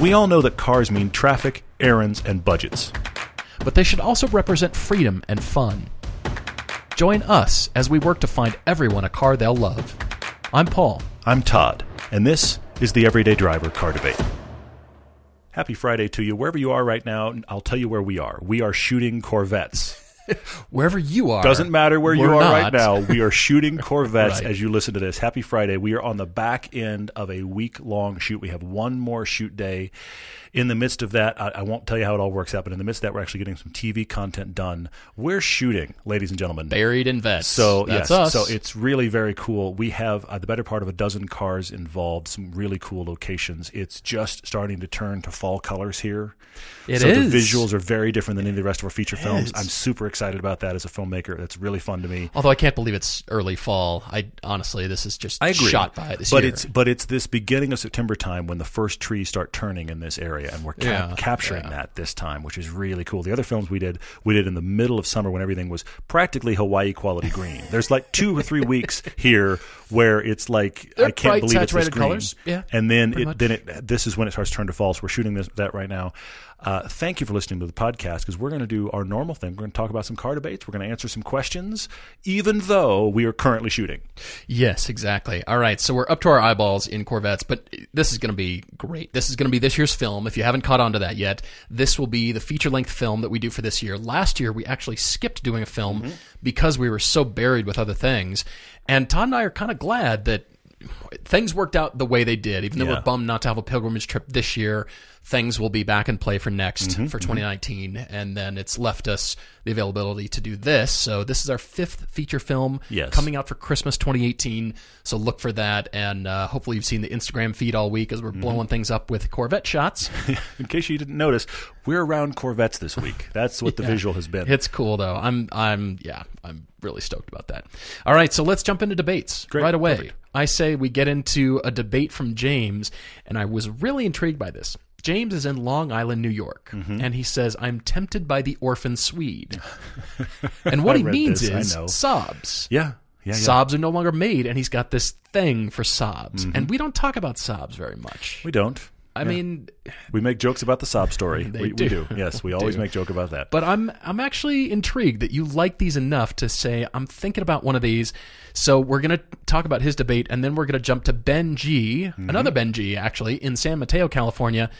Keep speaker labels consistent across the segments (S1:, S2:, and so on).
S1: We all know that cars mean traffic, errands, and budgets.
S2: but they should also represent freedom and fun. Join us as we work to find everyone a car they'll love. I'm Paul.
S1: I'm Todd, and this is the Everyday Driver Car Debate. Happy Friday to you. Wherever you are right now, I'll tell you where we are. We are shooting Corvettes.
S2: Wherever you are,
S1: Doesn't matter where you
S2: we're
S1: are right
S2: not.
S1: now. We are shooting Corvettes
S2: Right.
S1: as you listen to this. Happy Friday. We are on the back end of a week long shoot. We have one more shoot day. In the midst of that, I, I won't tell you how it all works out, but in the midst of that, we're actually getting some TV content done. We're shooting, ladies and gentlemen.
S2: Buried in vets.
S1: So
S2: that's
S1: yes,
S2: us.
S1: so it's really very cool. We have uh, the better part of a dozen cars involved, some really cool locations. It's just starting to turn to fall colors here.
S2: It
S1: so
S2: is.
S1: the visuals are very different than any of the rest of our feature films. I'm super excited about that as a filmmaker. That's really fun to me.
S2: Although I can't believe it's early fall. I honestly, this is just shot by it this
S1: but
S2: year.
S1: it's but it's this beginning of September time when the first trees start turning in this area, and we're cap-
S2: Yeah,
S1: capturing that this time, which is really cool. The other films we did we did in the middle of summer when everything was practically Hawaii quality green. There's like two or three weeks here where it's like
S2: They're
S1: I can't
S2: bright,
S1: believe it's this
S2: saturated
S1: green.
S2: colors. Yeah,
S1: and then it
S2: pretty much.
S1: then it this is when it starts to turn to fall. So we're shooting this that right now. Uh, thank you for listening to the podcast because we're going to do our normal thing. We're going to talk about some car debates. We're going to answer some questions, even though we are currently shooting.
S2: yes, exactly. All right, so we're up to our eyeballs in Corvettes, but this is going to be great. This is going to be this year's film. If you haven't caught on to that yet, this will be the feature length film that we do for this year. Last year, we actually skipped doing a film because we were so buried with other things. And Todd and I are kind of glad that things worked out the way they did. Even though
S1: Yeah.
S2: we're bummed not to have a pilgrimage trip this year, things will be back in play for next
S1: Mm-hmm,
S2: for 2019, and then it's left us the availability to do this. So this is our fifth feature film
S1: Yes.
S2: coming out for Christmas 2018. So look for that, and uh, hopefully you've seen the Instagram feed all week as we're
S1: Mm-hmm.
S2: blowing things up with Corvette shots.
S1: In case you didn't notice, we're around Corvettes this week. That's what the visual has been.
S2: it's cool though. I'm I'm yeah I'm really stoked about that. All right, so let's jump into debates right away. I say we get into a debate from James, and I was really intrigued by this. James is in Long Island, New York,
S1: Mm-hmm.
S2: and he says, "I'm tempted by the orphan Swede," and what he
S1: read
S2: means
S1: this, I
S2: is
S1: know.
S2: sobs.
S1: yeah, yeah, yeah.
S2: Sobs are no longer made, and he's got this thing for sobs, and we don't talk about sobs very much.
S1: Mm-hmm. we don't.
S2: I mean,
S1: We make jokes about the sob story. we, we
S2: do.
S1: do. Yes, we always make joke about that.
S2: But I'm I'm actually intrigued that you like these enough to say I'm thinking about one of these. So we're gonna talk about his debate, and then we're gonna jump to Ben G, another Ben G actually in San Mateo, California,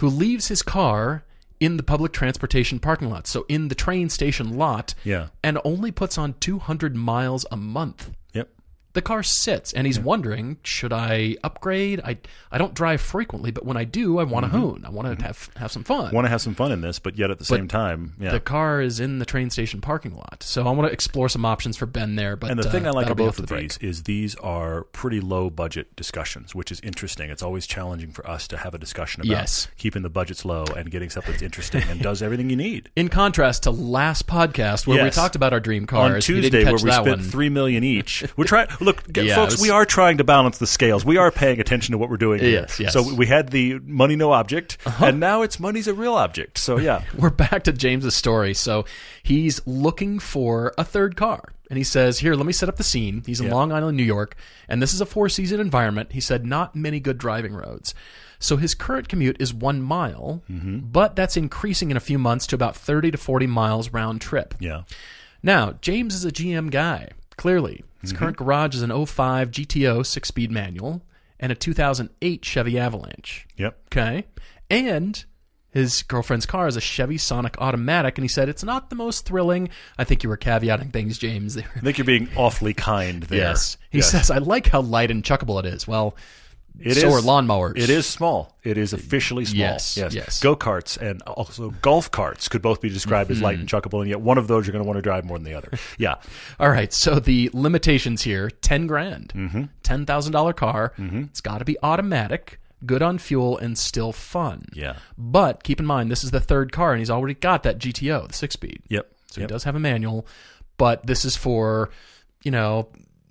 S2: who leaves his car in the public transportation parking lot, so in the train station lot,
S1: Yeah.
S2: and only puts on 200 miles a month.
S1: yep.
S2: The car sits, and he's wondering, should I upgrade? I I don't drive frequently, but when I do, I want to hoon. I want to have have some fun
S1: Want to have some fun in this, but yet at the same time, yeah.
S2: the car is in the train station parking lot. So I want to explore some options for Ben there. But
S1: and the thing
S2: uh,
S1: I like
S2: that'll be
S1: about both
S2: after
S1: of
S2: the break.
S1: these is these are pretty low budget discussions, which is interesting. It's always challenging for us to have a discussion about
S2: Yes.
S1: keeping the budgets low and getting something that's interesting and does everything you need.
S2: in contrast to last podcast where we
S1: Yes.
S2: talked about our dream cars,
S1: on
S2: we didn't
S1: Tuesday,
S2: catch
S1: where we
S2: that
S1: spent
S2: one.
S1: three million each. We're trying. Look, g-
S2: Yeah,
S1: folks,
S2: it was-
S1: we are trying to balance the scales. We are paying attention to what we're doing. here.
S2: Yes, Uh-huh. yes.
S1: So we had the money no object, and now it's money's a real object. So yeah,
S2: We're back to James's story. So he's looking for a third car. And he says, Here, let me set up the scene. He's in Long Island, New York, and this is a four season environment. He said, Not many good driving roads. So his current commute is one mile,
S1: Mm-hmm.
S2: but that's increasing in a few months to about 30 to 40 miles round trip.
S1: yeah.
S2: Now, James is a GM guy, clearly. His
S1: Mm-hmm.
S2: current garage is an 05 GTO six speed manual and a 2008 Chevy Avalanche.
S1: Yep.
S2: Okay. And his girlfriend's car is a Chevy Sonic automatic, and he said, It's not the most thrilling. I think you were caveating things, James. They were-
S1: I think you're being awfully kind there.
S2: Yes. He says, I like how light and chuckable it is. Well,
S1: It
S2: so
S1: is-
S2: are lawnmowers.
S1: It is small. It is officially small.
S2: Yes,
S1: Yes.
S2: yes.
S1: Go karts and also golf carts could both be described as
S2: Mm-hmm.
S1: light and chuckable, and yet one of those you're going to want to drive more than the other. Yeah.
S2: All right, so the limitations here: ten grand,
S1: Mm-hmm.
S2: ten thousand dollar car. It's got to be automatic, good on fuel, and still fun.
S1: Yeah.
S2: But keep in mind, this is the third car, and he's already got that GTO, the six speed.
S1: Yep.
S2: So he does have a manual, but this is for, you know,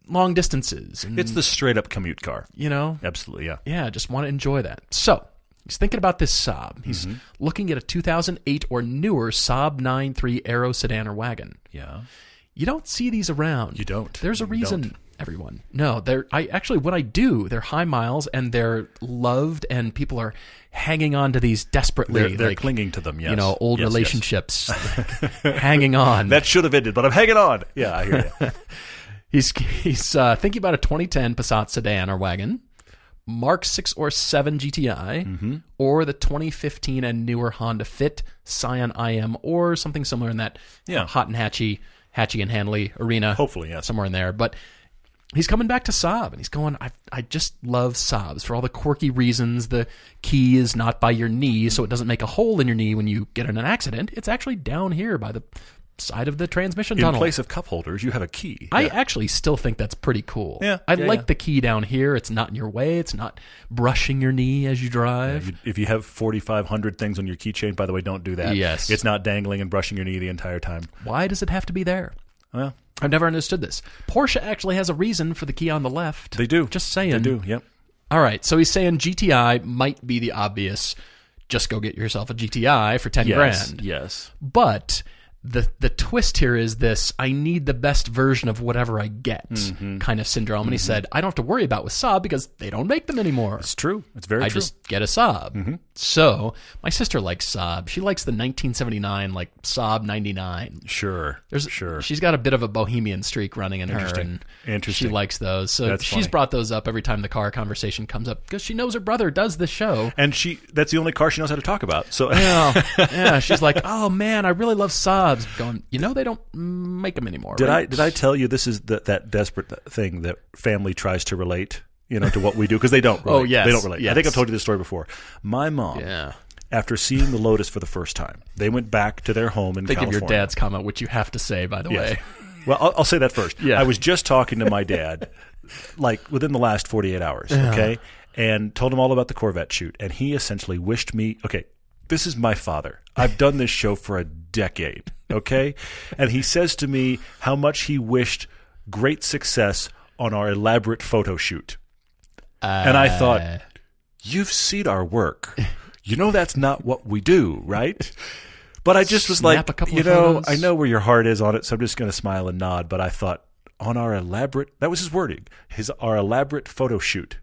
S2: long distances. And,
S1: It's the straight up commute car.
S2: you know,
S1: Absolutely. Yeah.
S2: yeah, just want to enjoy that. So he's thinking about this Saab. He's
S1: Mm-hmm.
S2: looking at a 2008 or newer Saab 93 Aero sedan or wagon.
S1: Yeah.
S2: You don't see these around.
S1: You don't.
S2: There's a
S1: You
S2: reason.
S1: don't.
S2: everyone. No, they're I actually what I do, they're high miles and they're loved and people are hanging on to these desperately.
S1: They're, they're
S2: like,
S1: clinging to them. Yes,
S2: you know, old
S1: Yes, yes.
S2: relationships hanging on.
S1: That should have ended, but I'm hanging on. Yeah, I hear you.
S2: He's he's uh, thinking about a 2010 Passat sedan or wagon, Mark 6 or 7 GTI,
S1: Mm-hmm.
S2: or the 2015 and newer Honda Fit, Scion IM, or something similar in that
S1: Yeah.
S2: hot and hatchy, hatchy and handley arena.
S1: Hopefully, yes.
S2: Somewhere in there. But he's coming back to Saab and he's going, I, I just love Saabs for all the quirky reasons. The key is not by your knee, so it doesn't make a hole in your knee when you get in an accident. It's actually down here by the side of the transmission
S1: In
S2: tunnel.
S1: place of cup holders, you have a key.
S2: I actually still think that's pretty cool.
S1: Yeah,
S2: I
S1: yeah,
S2: like
S1: yeah.
S2: the key down here. It's not in your way. It's not brushing your knee as you drive.
S1: If you have 4,500 things on your keychain, by the way, don't do that.
S2: Yes.
S1: It's not dangling and brushing your knee the entire time.
S2: Why does it have to be there?
S1: Well,
S2: I've never understood this. Porsche actually has a reason for the key on the left.
S1: they do.
S2: Just saying.
S1: They do, yep.
S2: All right. So he's saying GTI might be the obvious. Just go get yourself a GTI for ten
S1: Yes,
S2: grand.
S1: Yes.
S2: But the the twist here is this: I need the best version of whatever I get
S1: Mm-hmm.
S2: kind of syndrome. And he said, I don't have to worry about with Saab because they don't make them anymore.
S1: It's true. It's very
S2: I
S1: true. Mm-hmm.
S2: just get a Saab. So my sister likes Saab. She likes the 1979 like Saab 99.
S1: sure.
S2: There's
S1: sure.
S2: She's got a bit of a bohemian streak running in her,
S1: Interesting.
S2: and
S1: Interesting.
S2: she likes those. So
S1: That's
S2: she's
S1: funny.
S2: brought those up every time the car conversation comes up because she knows her brother does the show.
S1: and she that's the only car she knows how to talk about. So
S2: Yeah, yeah. She's like, "Oh man, I really love Saabs." Going, you know, they don't make them anymore.
S1: Did
S2: right?
S1: I did I tell you this is the, that desperate thing that family tries to relate, you know, to what we do because they don't. Relate.
S2: Oh, yes,
S1: they don't relate. I think
S2: yes.
S1: I've told you this story before. My mom,
S2: Yeah.
S1: after seeing the Lotus for the first time, they went back to their home in
S2: Think of
S1: California.
S2: your dad's comment, which you have to say, by the way.
S1: Well, I'll, I'll say that first.
S2: Yeah.
S1: I was just talking to my dad, like within the last 48 hours, okay, and told him all about the Corvette shoot. And he essentially wished me, okay, this is my father. I've done this show for a decade, okay? And he says to me how much he wished great success on our elaborate photo shoot. And I thought, you've seen our work. You know that's not what we do, right? But I just was
S2: Snap
S1: like,
S2: a couple
S1: you
S2: of
S1: know,
S2: photos.
S1: I know where your heart is on it, so I'm just going to smile and nod. But I thought, on our elaborate, that was his wording, his our elaborate photo shoot.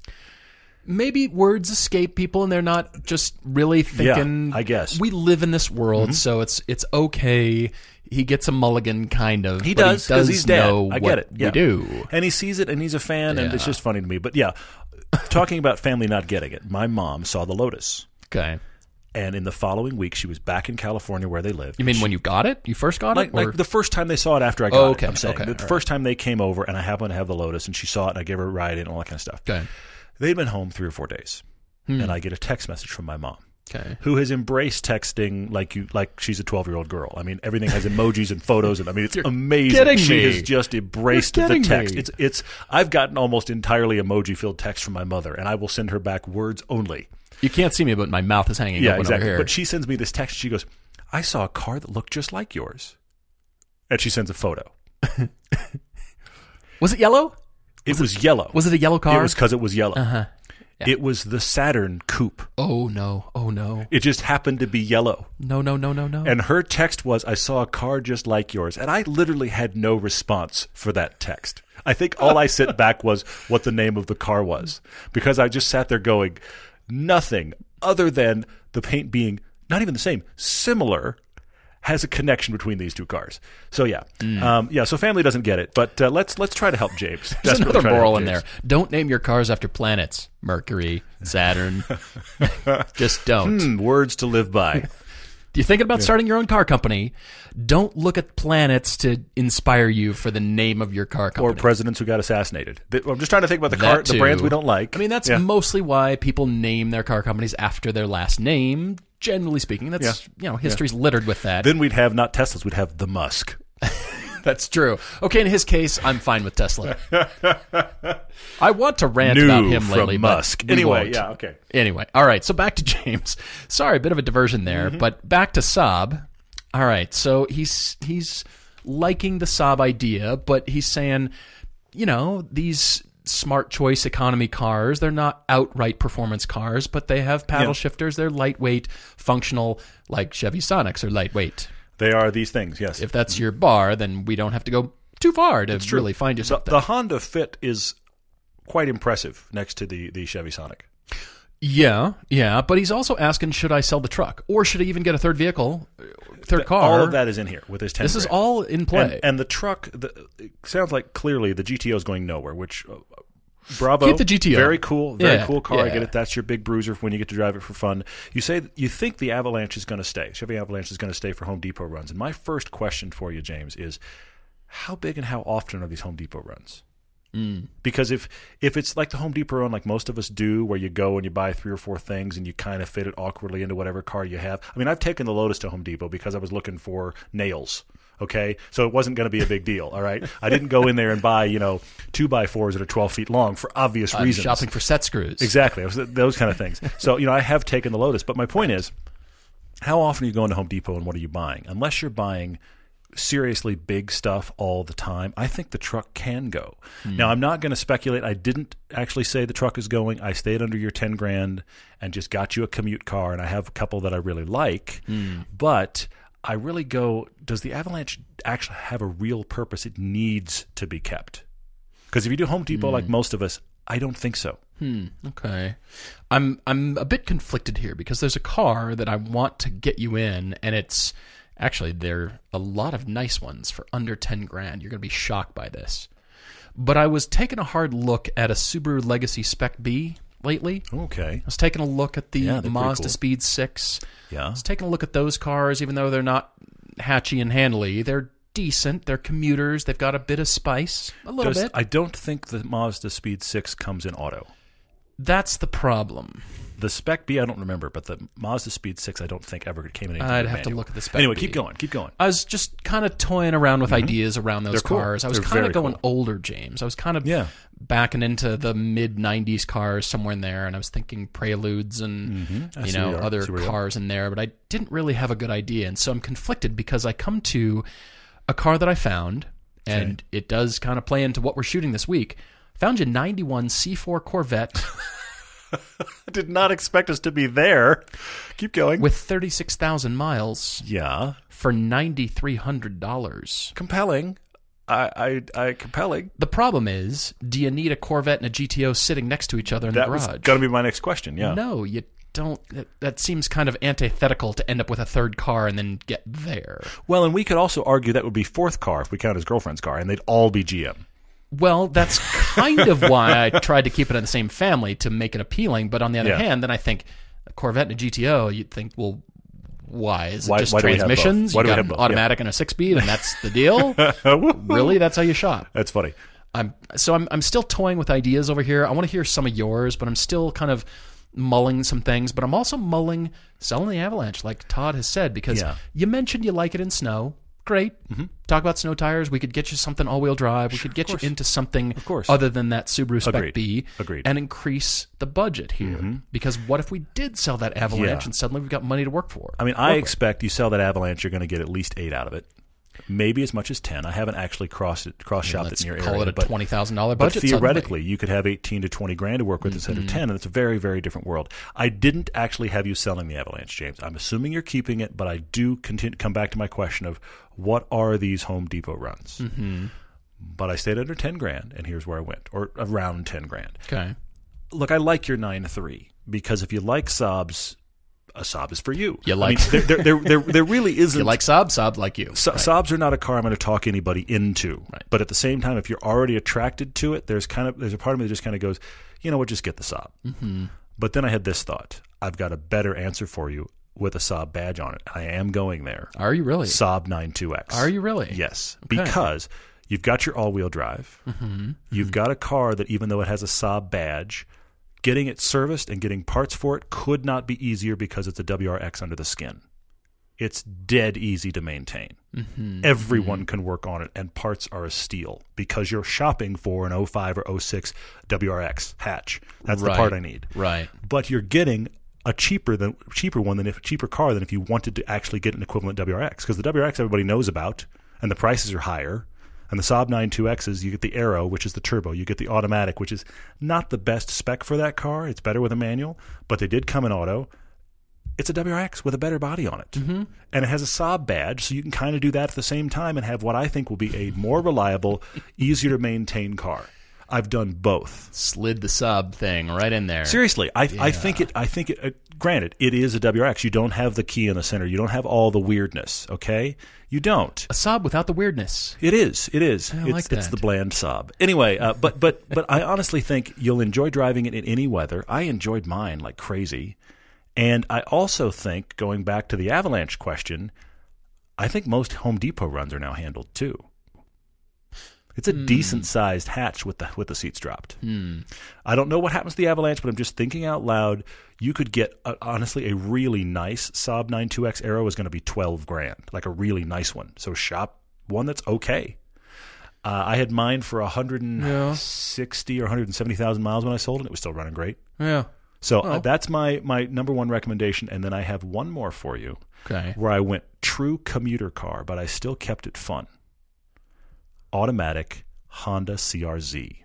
S2: maybe words escape people and they're not just really thinking
S1: I guess. Mm-hmm.
S2: we live in this world so it's it's okay he gets a mulligan kind of
S1: He
S2: but
S1: does
S2: he does
S1: because he's dead.
S2: know
S1: I
S2: what
S1: get it. Yeah.
S2: we do
S1: and he sees it, and he's a fan, and it's
S2: Yeah.
S1: just funny to me. But yeah, talking about family not getting it, my mom saw the Lotus,
S2: okay
S1: and in the following week, she was back in California where they lived.
S2: you mean when you got it you first got
S1: Like,
S2: it or
S1: like the first time they saw it after I got
S2: Oh, okay,
S1: it, I'm saying
S2: okay,
S1: the
S2: all right.
S1: first time they came over, and I happened to have the Lotus, and she saw it, and I gave her a ride in, and all that kind of stuff.
S2: okay
S1: They'd been home three or four days,
S2: Hmm.
S1: and I get a text message from my mom,
S2: okay
S1: who has embraced texting like you, like she's a twelve-year-old girl. I mean, everything has emojis and photos, and I mean, it's amazing.
S2: kidding
S1: she
S2: me.
S1: has just embraced
S2: You're
S1: the
S2: kidding
S1: text.
S2: me.
S1: It's it's. I've gotten almost entirely emoji-filled text from my mother, and I will send her back words only.
S2: you can't see me but my mouth is hanging
S1: Yeah,
S2: open
S1: exactly.
S2: over here
S1: But she sends me this text. She goes, "I saw a car that looked just like yours," and she sends a photo.
S2: was it yellow
S1: It was yellow.
S2: was it a yellow car
S1: It was because it was yellow.
S2: Uh-huh.
S1: It was the Saturn coupe.
S2: oh no oh no
S1: It just happened to be yellow.
S2: no no no no no
S1: And her text was, I saw a car just like yours. And I literally had no response for that text. I think all I sent back was what the name of the car was because I just sat there going, nothing other than the paint being not even the same, similar. Has a connection between these two cars, so yeah,
S2: Mm.
S1: um, yeah. So family doesn't get it, but uh, let's let's try to help James.
S2: There's
S1: Desperately
S2: another
S1: try to help
S2: moral in
S1: James.
S2: there. Don't name your cars after planets. Mercury, Saturn. Just don't.
S1: Hmm, words to live by.
S2: You're thinking about starting your own car company. Don't look at planets to inspire you for the name of your car
S1: or
S2: company.
S1: presidents who got assassinated. Th- I'm just trying to think about the
S2: That
S1: car, the
S2: too.
S1: brands we don't like.
S2: I mean, that's
S1: Yeah.
S2: mostly why people name their car companies after their last name. Generally speaking, that's you know history's littered with that.
S1: then we'd have not Teslas, we'd have the Musk.
S2: That's true. Okay, in his case, I'm fine with Tesla. I want to rant
S1: New
S2: about him
S1: from
S2: lately, but
S1: Musk.
S2: we
S1: Anyway,
S2: won't.
S1: yeah, okay.
S2: Anyway, all right. So back to James. Sorry, a bit of a diversion there,
S1: Mm-hmm.
S2: but back to Saab. All right. So he's he's liking the Saab idea, but he's saying, you know, these smart choice economy cars, they're not outright performance cars, but they have paddle
S1: Yeah.
S2: shifters. They're lightweight, functional, like Chevy Sonics are lightweight
S1: They are these things, yes.
S2: if that's your bar, then we don't have to go too far to really find
S1: The,
S2: yourself. there.
S1: the Honda Fit is quite impressive next to the the Chevy Sonic.
S2: yeah, yeah, but he's also asking, should I sell the truck or should I even get a third vehicle, uh, third car?
S1: All of that is in here with this ten.
S2: This is
S1: grand.
S2: all in play.
S1: And, and the truck the, it sounds like clearly the GTO is going nowhere, which. Uh, Bravo!
S2: Get the GTO.
S1: Very cool, very
S2: Yeah,
S1: cool car. I
S2: yeah.
S1: get it. That's your big bruiser when you get to drive it for fun. You say you think the Avalanche is going to stay. Chevy Avalanche is going to stay for Home Depot runs. And my first question for you, James, is how big and how often are these Home Depot runs? Because if if it's like the Home Depot run, like most of us do, where you go and you buy three or four things and you kind of fit it awkwardly into whatever car you have. I mean, I've taken the Lotus to Home Depot because I was looking for nails. Okay, so it wasn't going to be a big deal. All right, I didn't go in there and buy you know two by fours that are twelve feet long for obvious
S2: I'm
S1: reasons.
S2: shopping for set screws.
S1: Exactly, it was those kind of things. So you know, I have taken the Lotus, but my point is, how often are you going to Home Depot and what are you buying? Unless you're buying seriously big stuff all the time, I think the truck can go. Now, I'm not going to speculate. I didn't actually say the truck is going. I stayed under your 10 grand and just got you a commute car, and I have a couple that I really like. But I really go, does the Avalanche actually have a real purpose? It needs to be kept. Because if you do Home Depot like most of us, I don't think so.
S2: Okay. I'm I'm a bit conflicted here because there's a car that I want to get you in and it's actually there are a lot of nice ones for under 10 grand. You're going to be shocked by this. But I was taking a hard look at a Subaru Legacy Spec B lately. I
S1: Okay.
S2: was taking a look at the
S1: Yeah, they're pretty
S2: Mazda
S1: cool.
S2: Speed 6.
S1: Yeah.
S2: I was taking a look at those cars even though they're not hatchy and handly. They're decent, they're commuters, they've got a bit of spice, a little
S1: Does-
S2: bit.
S1: I don't think the Mazda Speed 6 comes in auto.
S2: That's the problem.
S1: The Spec B, I don't remember, but the Mazda Speed 6, I don't think ever came in. any
S2: I'd have to
S1: manual.
S2: look at the Spec
S1: Anyway,
S2: B.
S1: keep going. Keep going.
S2: I was just kind of toying around with ideas around those
S1: They're cool.
S2: cars. I was
S1: They're
S2: kind
S1: very
S2: of going
S1: cool.
S2: older, James. I was kind of
S1: Yeah.
S2: backing into the mid '90s cars somewhere in there, and I was thinking Preludes and
S1: Mm-hmm. I
S2: you
S1: see
S2: know
S1: where you are.
S2: other
S1: See where you are.
S2: cars in there, but I didn't really have a good idea, and so I'm conflicted because I come to a car that I found, and it does kind of play into what we're shooting this week. Found you 91 C4 Corvette
S1: I did not expect us to be there. Keep going.
S2: with 36,000 miles
S1: yeah,
S2: for $9,300.
S1: compelling. I, I, I compelling.
S2: The problem is, do you need a Corvette and a GTO sitting next to each other in
S1: That
S2: the
S1: was
S2: garage?
S1: going to be my next question. Yeah.
S2: No, you don't. That, that seems kind of antithetical to end up with a third car and then get there.
S1: Well, and we could also argue that would be fourth car if we count his girlfriend's car, and they'd all be GM.
S2: Well, that's kind of why I tried to keep it in the same family to make it appealing. But on the other
S1: Yeah.
S2: hand, then I think a Corvette and a GTO, you'd think, well, why is it
S1: Why-
S2: just
S1: why do we have both?
S2: transmissions?
S1: Why
S2: you
S1: do we
S2: got
S1: have
S2: an
S1: both? Yeah.
S2: automatic and a six-speed, and that's the deal. really, that's how you shop.
S1: That's funny.
S2: I'm so I'm I'm still toying with ideas over here. I want to hear some of yours, but I'm still kind of mulling some things. But I'm also mulling selling the Avalanche, like Todd has said, because
S1: Yeah. Mm-hmm.
S2: you mentioned you like it in snow. Great. Talk about snow tires. We could get you something all-wheel drive. We could get you into something of
S1: course.
S2: other than that Subaru Spec
S1: Agreed.
S2: B,
S1: Agreed. Mm-hmm.
S2: and increase the budget here. Because what if we did sell that Avalanche
S1: Yeah.
S2: and suddenly we've got money to work for?
S1: I mean, I expect you sell that Avalanche, you're going to get at least eight out of it, maybe as much as ten. I haven't actually crossed it, cross shopped it
S2: let's
S1: in your
S2: call
S1: area,
S2: it a
S1: but
S2: twenty thousand dollar
S1: But
S2: budget. Mm-hmm. suddenly.
S1: theoretically, you could have 18 to 20 grand to work with instead of 10, and it's a very, very different world. I didn't actually have you selling the Avalanche, James. I'm assuming you're keeping it, but I do continue, come back to my question of what are these Home Depot runs? Mm-hmm. But I stayed under 10 grand, and here's where I went, or around 10 grand.
S2: okay.
S1: Look, I like your 9 3 because if you like Sobs, a Sob is for you.
S2: You
S1: I
S2: like-
S1: mean, there, there, there, there, there really isn't.
S2: You like Saab? Saab like you.
S1: So, Sobs are not a car I'm going to talk anybody into.
S2: Right.
S1: But at the same time, if you're already attracted to it, there's kind of there's a part of me that just kind of goes, you know what, just get the Saab.
S2: Mm-hmm.
S1: But then I had this thought: I've got a better answer for you with a Saab badge on it. I am going there.
S2: Are you really?
S1: Saab 92X.
S2: Are you really?
S1: Yes, because you've got your all-wheel drive. You've got a car that, even though it has a Saab badge. Getting it serviced and getting parts for it could not be easier because it's a WRX under the skin. It's dead easy to maintain. Everyone can work on it, and parts are a steal because you're shopping for an 05 or 06 WRX hatch. That's
S2: Right.
S1: the part I need.
S2: Right.
S1: But you're getting a cheaper than cheaper one than if cheaper car than if you wanted to actually get an equivalent WRX because the WRX everybody knows about and the prices are higher. And the Saab 92Xs, you get the Aero, which is the turbo. You get the automatic, which is not the best spec for that car. It's better with a manual, but they did come in auto it's a WRX with a better body on it. And it has a Saab badge, so you can kind of do that at the same time and have what I think will be a more reliable, easier to maintain car. I've done both.
S2: Slid the sub thing right in there.
S1: Seriously, I, I think it. I think it. Uh, granted, it is a WRX. You don't have the key in the center. You don't have all the weirdness. Okay, you don't.
S2: A sub without the weirdness.
S1: It is. It is. it's,
S2: like
S1: it's
S2: that.
S1: the bland sob. Anyway, uh, but but but I honestly think you'll enjoy driving it in any weather. I enjoyed mine like crazy, and I also think going back to the avalanche question, I think most Home Depot runs are now handled too. It's a decent sized hatch with the with the seats dropped. I don't know what happens to the Avalanche, but I'm just thinking out loud. You could get uh, honestly a really nice Saab 92X Arrow is going to be 12 grand, like a really nice one. So shop one that's okay. Uh, I had mine for 160 or 170 thousand miles when I sold, it, and it was still running great.
S2: Yeah.
S1: So uh, that's my my number one recommendation, and then I have one more for you,
S2: Okay.
S1: where I went true commuter car, but I still kept it fun. Automatic Honda CRZ.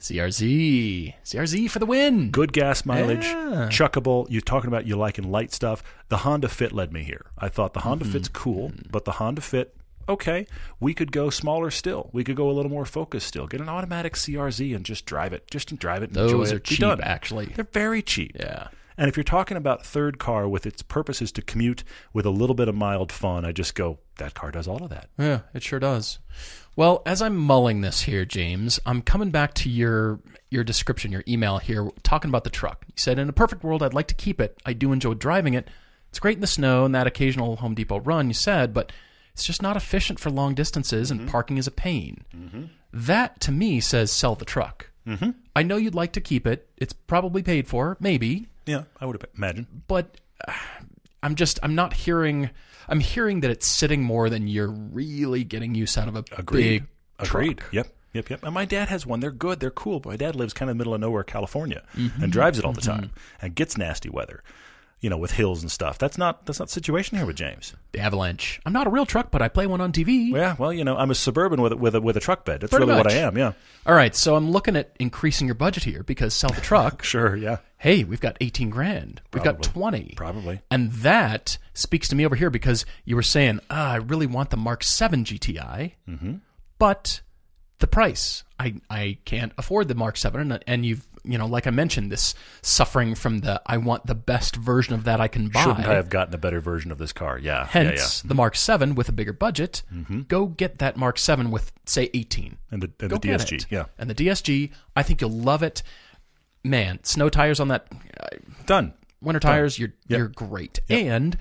S2: CRZ. CRZ for the win.
S1: good gas mileage,
S2: Yeah.
S1: chuckable. You're talking about you liking light stuff. The Honda Fit led me here. I thought the Honda
S2: Mm-hmm.
S1: Fit's cool, but the Honda Fit, okay, we could go smaller still. We could go a little more focused still. Get an automatic CRZ and just drive it. Just drive it. And enjoy
S2: Those
S1: it.
S2: are
S1: Be
S2: cheap,
S1: done.
S2: actually.
S1: They're very cheap.
S2: Yeah.
S1: And if you're talking about third car with its purpose is to commute with a little bit of mild fun, I just go that car does all of that.
S2: Yeah, it sure does. Well, as I'm mulling this here, James, I'm coming back to your your description, your email here, talking about the truck. You said, "In a perfect world, I'd like to keep it. I do enjoy driving it. It's great in the snow and that occasional Home Depot run." You said, but it's just not efficient for long distances, and parking is a pain. That to me says sell the truck. Mm-hmm. I know you'd like to keep it. It's probably paid for, maybe
S1: Yeah, I would imagine.
S2: but uh, I'm just I'm not hearing I'm hearing that it's sitting more than you're really getting use out of a big
S1: Agreed. Yep. Yep. Yep. And my dad has one. They're good. They're cool. But my dad lives kind of middle of nowhere, California,
S2: Mm-hmm.
S1: and drives it all the time and gets nasty weather, you know, with hills and stuff. That's not that's not the situation here with James.
S2: the avalanche. I'm not a real truck, but I play one on TV.
S1: Yeah. Well, you know, I'm a suburban with a, with a, with a truck bed. That's
S2: Pretty
S1: really
S2: much.
S1: what I am. Yeah.
S2: All right, so I'm looking at increasing your budget here because sell the truck.
S1: Sure. Yeah.
S2: hey, we've got 18 grand. We've got 20.
S1: Probably.
S2: And that speaks to me over here because you were saying, ah, I really want the Mark 7 GTI,
S1: Mm-hmm.
S2: but the price, I, I can't afford the Mark 7. And, and you've, you know, like I mentioned, this suffering from the, I want the best version of that I can buy.
S1: Shouldn't I have gotten a better version of this car? Yeah. yeah. Yeah. Mm-hmm.
S2: Hence, the Mark 7 with a bigger budget. Go get that Mark 7 with, say, 18
S1: And the, and the
S2: get
S1: DSG.
S2: it.
S1: Yeah.
S2: And the DSG, I think you'll love it. Man, snow tires on that
S1: Done.
S2: winter tires, you're you're great. And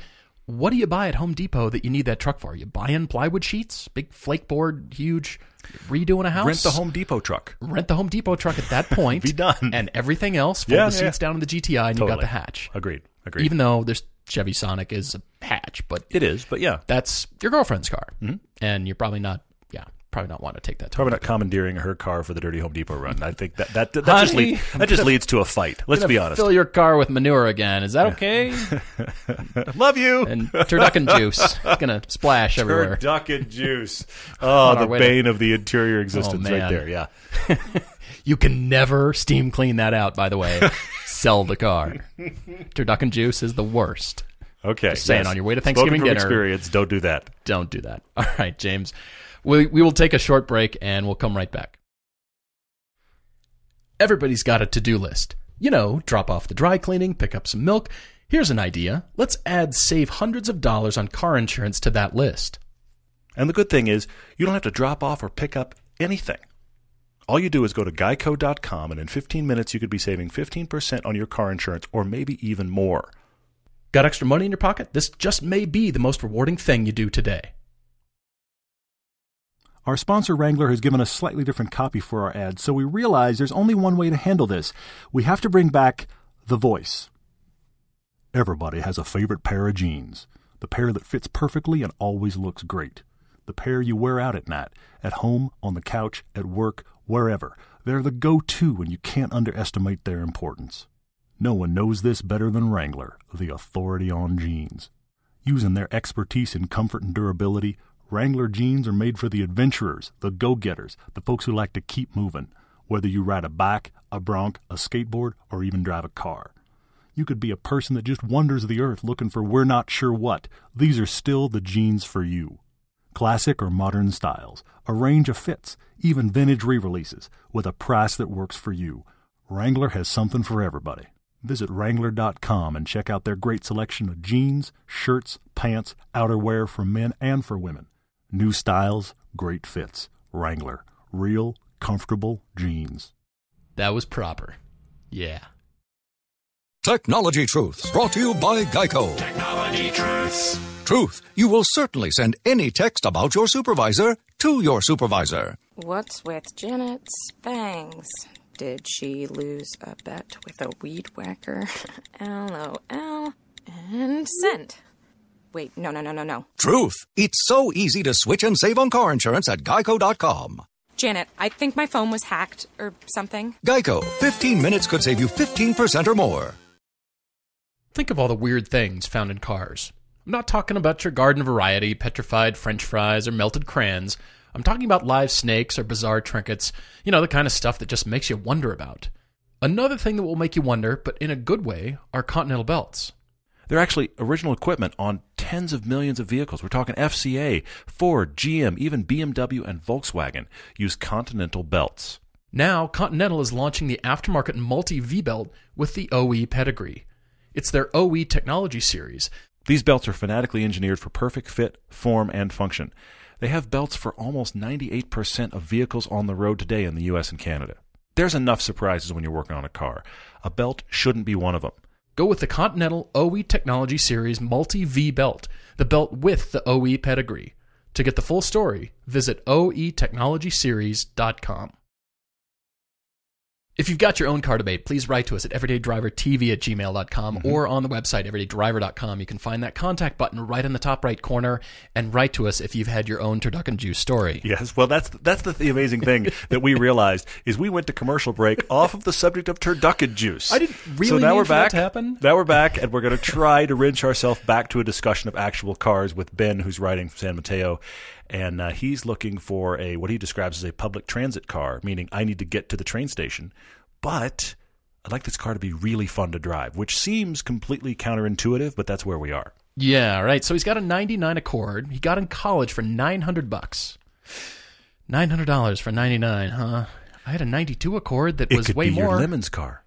S2: what do you buy at Home Depot that you need that truck for? You buying plywood sheets, big flake board, huge, redoing a house.
S1: Rent the Home Depot truck.
S2: rent the Home Depot truck at that point.
S1: Be done.
S2: and everything else. Fold
S1: Yeah,
S2: the
S1: yeah.
S2: seats down in the GTI, and you got
S1: Totally.
S2: the hatch.
S1: Agreed. Agreed.
S2: Even though there's Chevy Sonic is a hatch, but
S1: it is, but yeah.
S2: that's your girlfriend's car,
S1: Mm-hmm.
S2: and you're probably not. Yeah, probably not want to take that. To
S1: Probably not commandeering her car for the dirty Home Depot run. I think that that that, just,
S2: Honey,
S1: lead, that just leads to a fight. Let's be honest.
S2: Fill your car with manure again. Is that okay?
S1: Love you.
S2: and turducken juice. It's gonna splash everywhere.
S1: Turducken juice. Oh, the
S2: our way to- Oh,
S1: bane of the interior existence right
S2: man.
S1: there. Yeah.
S2: You can never steam clean that out, by the way. Sell the car. Turducken juice is the worst.
S1: Okay.
S2: saying,
S1: yes.
S2: on your way to
S1: Spoken
S2: Thanksgiving
S1: from
S2: dinner.
S1: experience, don't do that.
S2: Don't do that. All right, James. We, we will take a short break and we'll come right back. Everybody's got a to do list. You know, drop off the dry cleaning, pick up some milk. Here's an idea let's add save hundreds of dollars on car insurance to that list.
S1: And the good thing is, you don't have to drop off or pick up anything. All you do is go to geico.com, and in 15 minutes, you could be saving 15% on your car insurance or maybe even more.
S2: Got extra money in your pocket? This just may be the most rewarding thing you do today.
S1: Our sponsor Wrangler has given us slightly different copy for our ad, so we realize there's only one way to handle this. We have to bring back the voice. Everybody has a favorite pair of jeans, the pair that fits perfectly and always looks great. The pair you wear out at night, at home, on the couch, at work, wherever. They're the go to, and you can't underestimate their importance. No one knows this better than Wrangler, the authority on jeans. Using their expertise in comfort and durability, Wrangler jeans are made for the adventurers, the go getters, the folks who like to keep moving, whether you ride a bike, a bronc, a skateboard, or even drive a car. You
S3: You could be a person that just wanders the earth looking for we're not sure what. These are still the jeans for you. Classic or modern styles, a range of fits, even vintage re releases, with a price that works for you. Wrangler has something for everybody. Visit Wrangler.com and check out their great selection of jeans, shirts, pants, outerwear for men and for women. New styles, great fits. Wrangler. Real, comfortable jeans.
S2: That was proper. Yeah.
S4: Technology Truths, brought to you by Geico.
S5: Technology truths.
S4: Truth, you will certainly send any text about your supervisor to your supervisor.
S6: What's with Janet's bangs? Did she lose a bet with a weed whacker? LOL. And sent. Wait, no, no, no, no, no.
S4: Truth, it's so easy to switch and save on car insurance at geico.com.
S6: Janet, I think my phone was hacked or something.
S4: Geico, 15 minutes could save you 15% or more.
S2: Think of all the weird things found in cars. I'm not talking about your garden variety, petrified french fries, or melted crayons. I'm talking about live snakes or bizarre trinkets, you know, the kind of stuff that just makes you wonder about. Another thing that will make you wonder, but in a good way, are continental belts.
S1: They're actually original equipment on tens of millions of vehicles. We're talking FCA, Ford, GM, even BMW and Volkswagen use continental belts.
S2: Now, Continental is launching the aftermarket multi V belt with the OE pedigree. It's their OE technology series.
S1: These belts are fanatically engineered for perfect fit, form, and function. They have belts for almost 98% of vehicles on the road today in the US and Canada. There's enough surprises when you're working on a car. A belt shouldn't be one of them.
S2: Go with the Continental OE Technology Series Multi V belt, the belt with the OE pedigree. To get the full story, visit E oetechnologyseries.com. If you've got your own car debate, please write to us at everydaydrivertv at gmail.com or on the website everydaydriver.com. You can find that contact button right in the top right corner and write to us if you've had your own turducken juice story.
S1: Yes, well, that's that's the, the amazing thing that we realized is we went to commercial break off of the subject of turducken juice.
S2: I didn't really
S1: So now
S2: mean
S1: we're
S2: for that
S1: back.
S2: to happen.
S1: Now we're back, and we're going to try to wrench ourselves back to a discussion of actual cars with Ben, who's riding from San Mateo, and uh, he's looking for a what he describes as a public transit car, meaning I need to get to the train station, but I'd like this car to be really fun to drive, which seems completely counterintuitive, but that's where we are.
S2: Yeah, right. So he's got a 99 Accord. He got in college for 900 bucks. $900 for 99, huh? I had a 92 Accord that
S1: It
S2: was
S1: could
S2: way
S1: be
S2: more.
S1: your lemons car.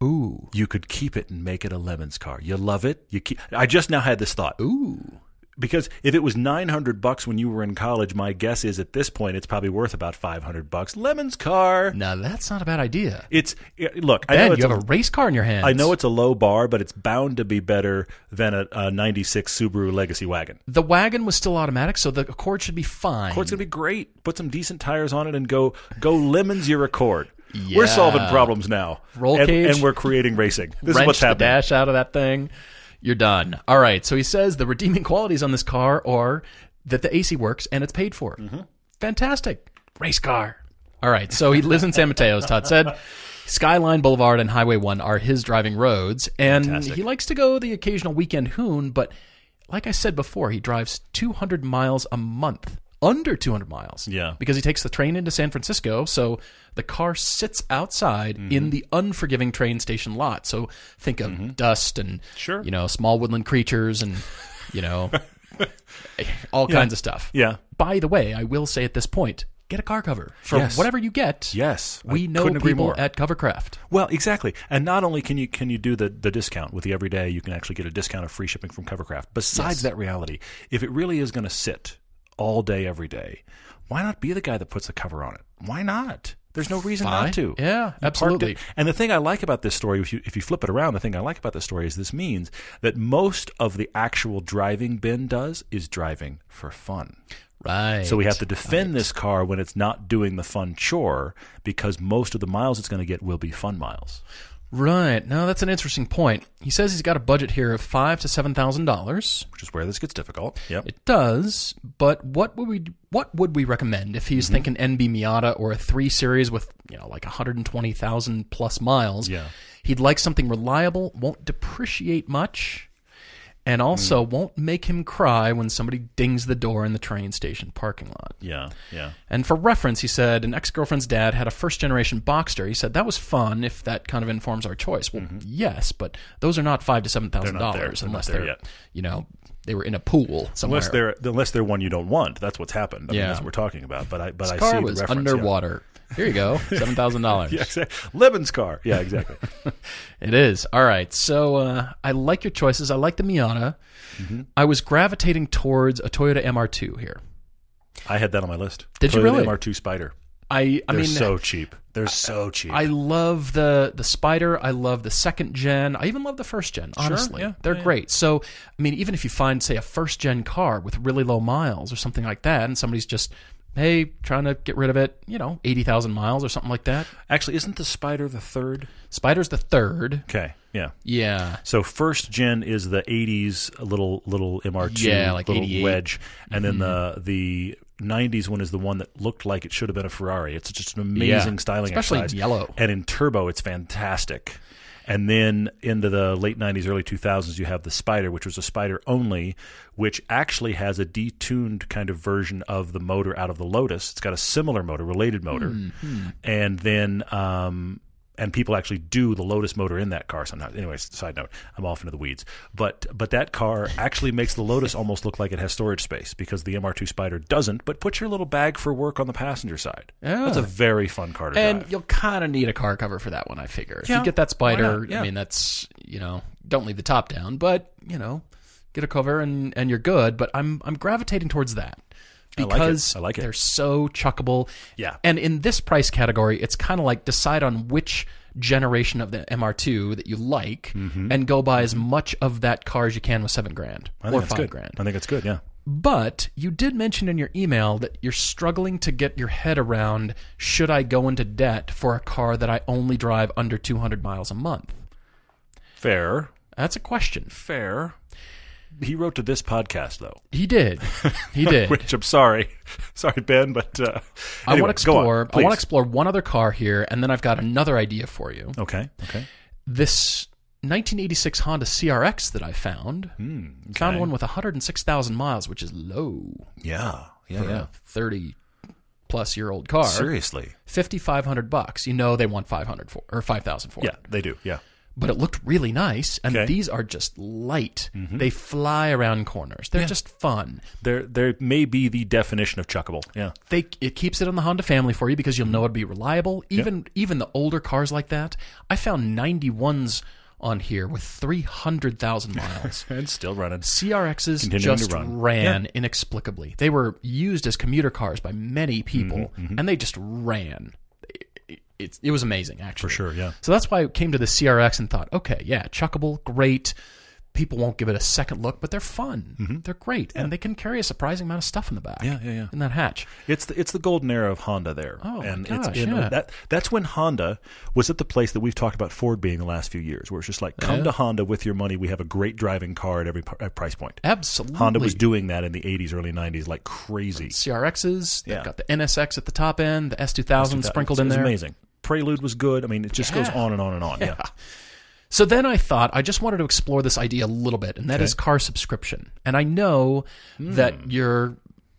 S2: Ooh.
S1: You could keep it and make it a lemons car. You love it. You keep. I just now had this thought.
S2: Ooh.
S1: because if it was 900 bucks when you were in college my guess is at this point it's probably worth about 500 bucks lemon's car
S2: Now that's not a bad idea.
S1: it's it- look i know
S2: Ben, you
S1: it's
S2: have
S1: a,
S2: a race car in your hands.
S1: I know it's a low bar but it's bound to be better than a, a 96 subaru legacy wagon
S2: The wagon was still automatic, so the Accord should be fine.
S1: Accord's gonna be great. Put some decent tires on it and go go lemons your Accord.
S2: Yeah.
S1: We're solving problems now.
S2: Roll
S1: and,
S2: cage.
S1: and we're creating racing. This
S2: Wrench
S1: is what's
S2: the
S1: happening.
S2: dash out of that thing. You're done. All right. So he says the redeeming qualities on this car are that the AC works and it's paid for. Fantastic. Race car. Mm-hmm. All right. So he lives in San Mateo, as Todd said. Skyline Boulevard and Highway 1 are his driving roads. And he likes to go the occasional weekend hoon, but like I said before, he drives 200 miles a month, under 200 miles.
S1: Yeah.
S2: Because he takes the train into San Francisco. So the car sits outside
S1: Mm-hmm.
S2: in the unforgiving train station lot. So think of dust and,
S1: Sure.
S2: you know, small woodland creatures and, you know, all kinds of stuff.
S1: Yeah.
S2: By the way, I will say at this point, get a car cover for
S1: Yes.
S2: whatever you get.
S1: Yes. I
S2: We know
S1: couldn't agree
S2: people
S1: more.
S2: at Covercraft.
S1: Well, exactly. And not only can you can you do the, the discount with the everyday, you can actually get a discount of free shipping from Covercraft. Besides that reality, if it really is going to sit all day every day, why not be the guy that puts the cover on it? Why not? There's no reason
S2: Fine.
S1: not to.
S2: Yeah,
S1: You parked it.
S2: absolutely.
S1: And the thing I like about this story, if you if you flip it around, the thing I like about this story is this means that most of the actual driving Ben does is driving for fun.
S2: Right.
S1: So we have to defend this car when it's not doing the fun chore because most of the miles it's going to get will be fun miles.
S2: Right. Now that's an interesting point. He says he's got a budget here of five to seven thousand dollars.
S1: which is where this gets difficult. Yep.
S2: It does, but what would we what would we recommend if
S1: Mm-hmm.
S2: he's thinking NB Miata or a three series with you know like 120,000 plus miles?
S1: Yeah.
S2: he'd like something reliable, won't depreciate much, and
S1: Mm.
S2: also won't make him cry when somebody dings the door in the train station parking lot.
S1: Yeah, yeah.
S2: And for reference, he said an ex girlfriend's dad had a first generation Boxster. He said that was fun if that kind of informs our choice. Well, yes, but those are not five to seven thousand
S1: not there.
S2: dollars
S1: Mm-hmm. They're not
S2: unless
S1: there
S2: they're,
S1: yet.
S2: you know, they were in a pool somewhere.
S1: Unless they're unless they're one you don't want, that's what's happened. I mean,
S2: Yeah.
S1: that's what we're talking about. But I but I see
S2: His car
S1: the
S2: was
S1: reference, yeah.
S2: underwater. Here you go, seven thousand dollars.
S1: Yeah, exactly. Leban's car. Yeah, exactly.
S2: It is. All right. So uh, I like your choices. I like the Miata.
S1: Mm-hmm.
S2: I was gravitating towards a Toyota MR2 here.
S1: I had that on my list.
S2: Did you
S1: Toyota
S2: really?
S1: MR2 Spider.
S2: I I
S1: They're
S2: mean
S1: so cheap. They're so cheap.
S2: I love the the Spider. I love the second gen. I even love the first gen. Honestly,
S1: yeah,
S2: they're
S1: yeah, yeah.
S2: great. So I mean, even if you find say a first gen car with really low miles or something like that, and somebody's just hey trying to get rid of it, you know, eighty thousand miles or something like that.
S1: Actually, isn't the Spider the third?
S2: Spider's the third.
S1: Okay. Yeah.
S2: Yeah.
S1: So first gen is the '80s little little MR2
S2: Yeah, like Mm-hmm.
S1: little
S2: 88.
S1: wedge, and then the the '90s one is the one that looked like it should have been a Ferrari. It's just an amazing
S2: Yeah.
S1: styling,
S2: Especially in
S1: exercise.
S2: yellow.
S1: and in turbo, it's fantastic. And then into the late '90s, early 2000s, you have the Spider, which was a Spider only, which actually has a detuned kind of version of the motor out of the Lotus. It's got a similar motor, related motor, and then um, and people actually do the Lotus motor in that car sometimes. Anyways, side note, I'm off into the weeds. But but that car actually makes the Lotus almost look like it has storage space because the MR2 Spider doesn't. But put your little bag for work on the passenger side. That's a very fun car to
S2: And
S1: drive.
S2: you'll kind of need a car cover for that one, I figure. If
S1: Yeah,
S2: you get that
S1: why not?
S2: spider,
S1: Yeah.
S2: I mean, that's you know, don't leave the top down, but you know, get a cover and and you're good. But I'm I'm gravitating towards that
S1: I like it.
S2: because
S1: I like it.
S2: they're so chuckable.
S1: Yeah.
S2: and in this price category, it's kind of like decide on which generation of the MR2 that you like and go buy as much of that car as you can with seven grand
S1: Mm-hmm. I think
S2: or
S1: that's
S2: five
S1: good.
S2: grand.
S1: I think it's good. Yeah.
S2: But you did mention in your email that you're struggling to get your head around should I go into debt for a car that I only drive under 200 miles a month?
S1: Fair.
S2: That's a question.
S1: Fair. He wrote to this podcast though,
S2: He did. He did.
S1: which I'm sorry, sorry Ben, but uh,
S2: I want to
S1: anyway, go on,
S2: explore I want
S1: please.
S2: to explore one other car here and then I've got another idea for you.
S1: Okay. Okay.
S2: This 1986 Honda CRX that I found. Found
S1: Hmm, okay.
S2: one with 106,000 miles, which is low
S1: Yeah. Yeah.
S2: for
S1: Yeah.
S2: a 30 plus year old car.
S1: Seriously.
S2: 5500 bucks. You know they want 500 for or 5000 for. it.
S1: Yeah, they do. Yeah.
S2: but it looked really nice. And
S1: Okay. Mm-hmm.
S2: these are just light. They fly around corners. They're just fun.
S1: There, there may be the definition of chuckable. Yeah.
S2: They it keeps it on the Honda family for you because you'll know it'll be reliable. Even even the older cars like that, I found 91s on here with 300,000 miles.
S1: And still running.
S2: CRXs
S1: Continuing to
S2: just
S1: run.
S2: ran inexplicably. They were used as commuter cars by
S1: Mm-hmm,
S2: many people, and they just ran. It, it, it was amazing, actually. For
S1: sure, yeah.
S2: So that's why I came to the CRX and thought, okay, yeah, chuckable, great. People won't give it a second look, but they're fun. They're great, and they can carry a surprising amount of stuff in the back.
S1: Mm-hmm. Yeah, yeah, yeah.
S2: In that hatch.
S1: It's the, it's the golden era of Honda there.
S2: Oh, my
S1: and
S2: gosh,
S1: it's in
S2: yeah.
S1: that that's when Honda was at the place that we've talked about Ford being the last few years, where it's just like come to Honda with your money. We have a great driving car at every pri- price point.
S2: Absolutely.
S1: Honda was doing that in the 80s, early 90s, like crazy.
S2: CRXs. They've
S1: Yeah.
S2: got the NSX at the top end, the S2000 sprinkled in
S1: It was
S2: there.
S1: Amazing. Prelude was good. I mean, it just goes
S2: Yeah.
S1: on and on and on. Yeah.
S2: So then I thought I just wanted to explore this idea a little bit, and that is car subscription. And I know that your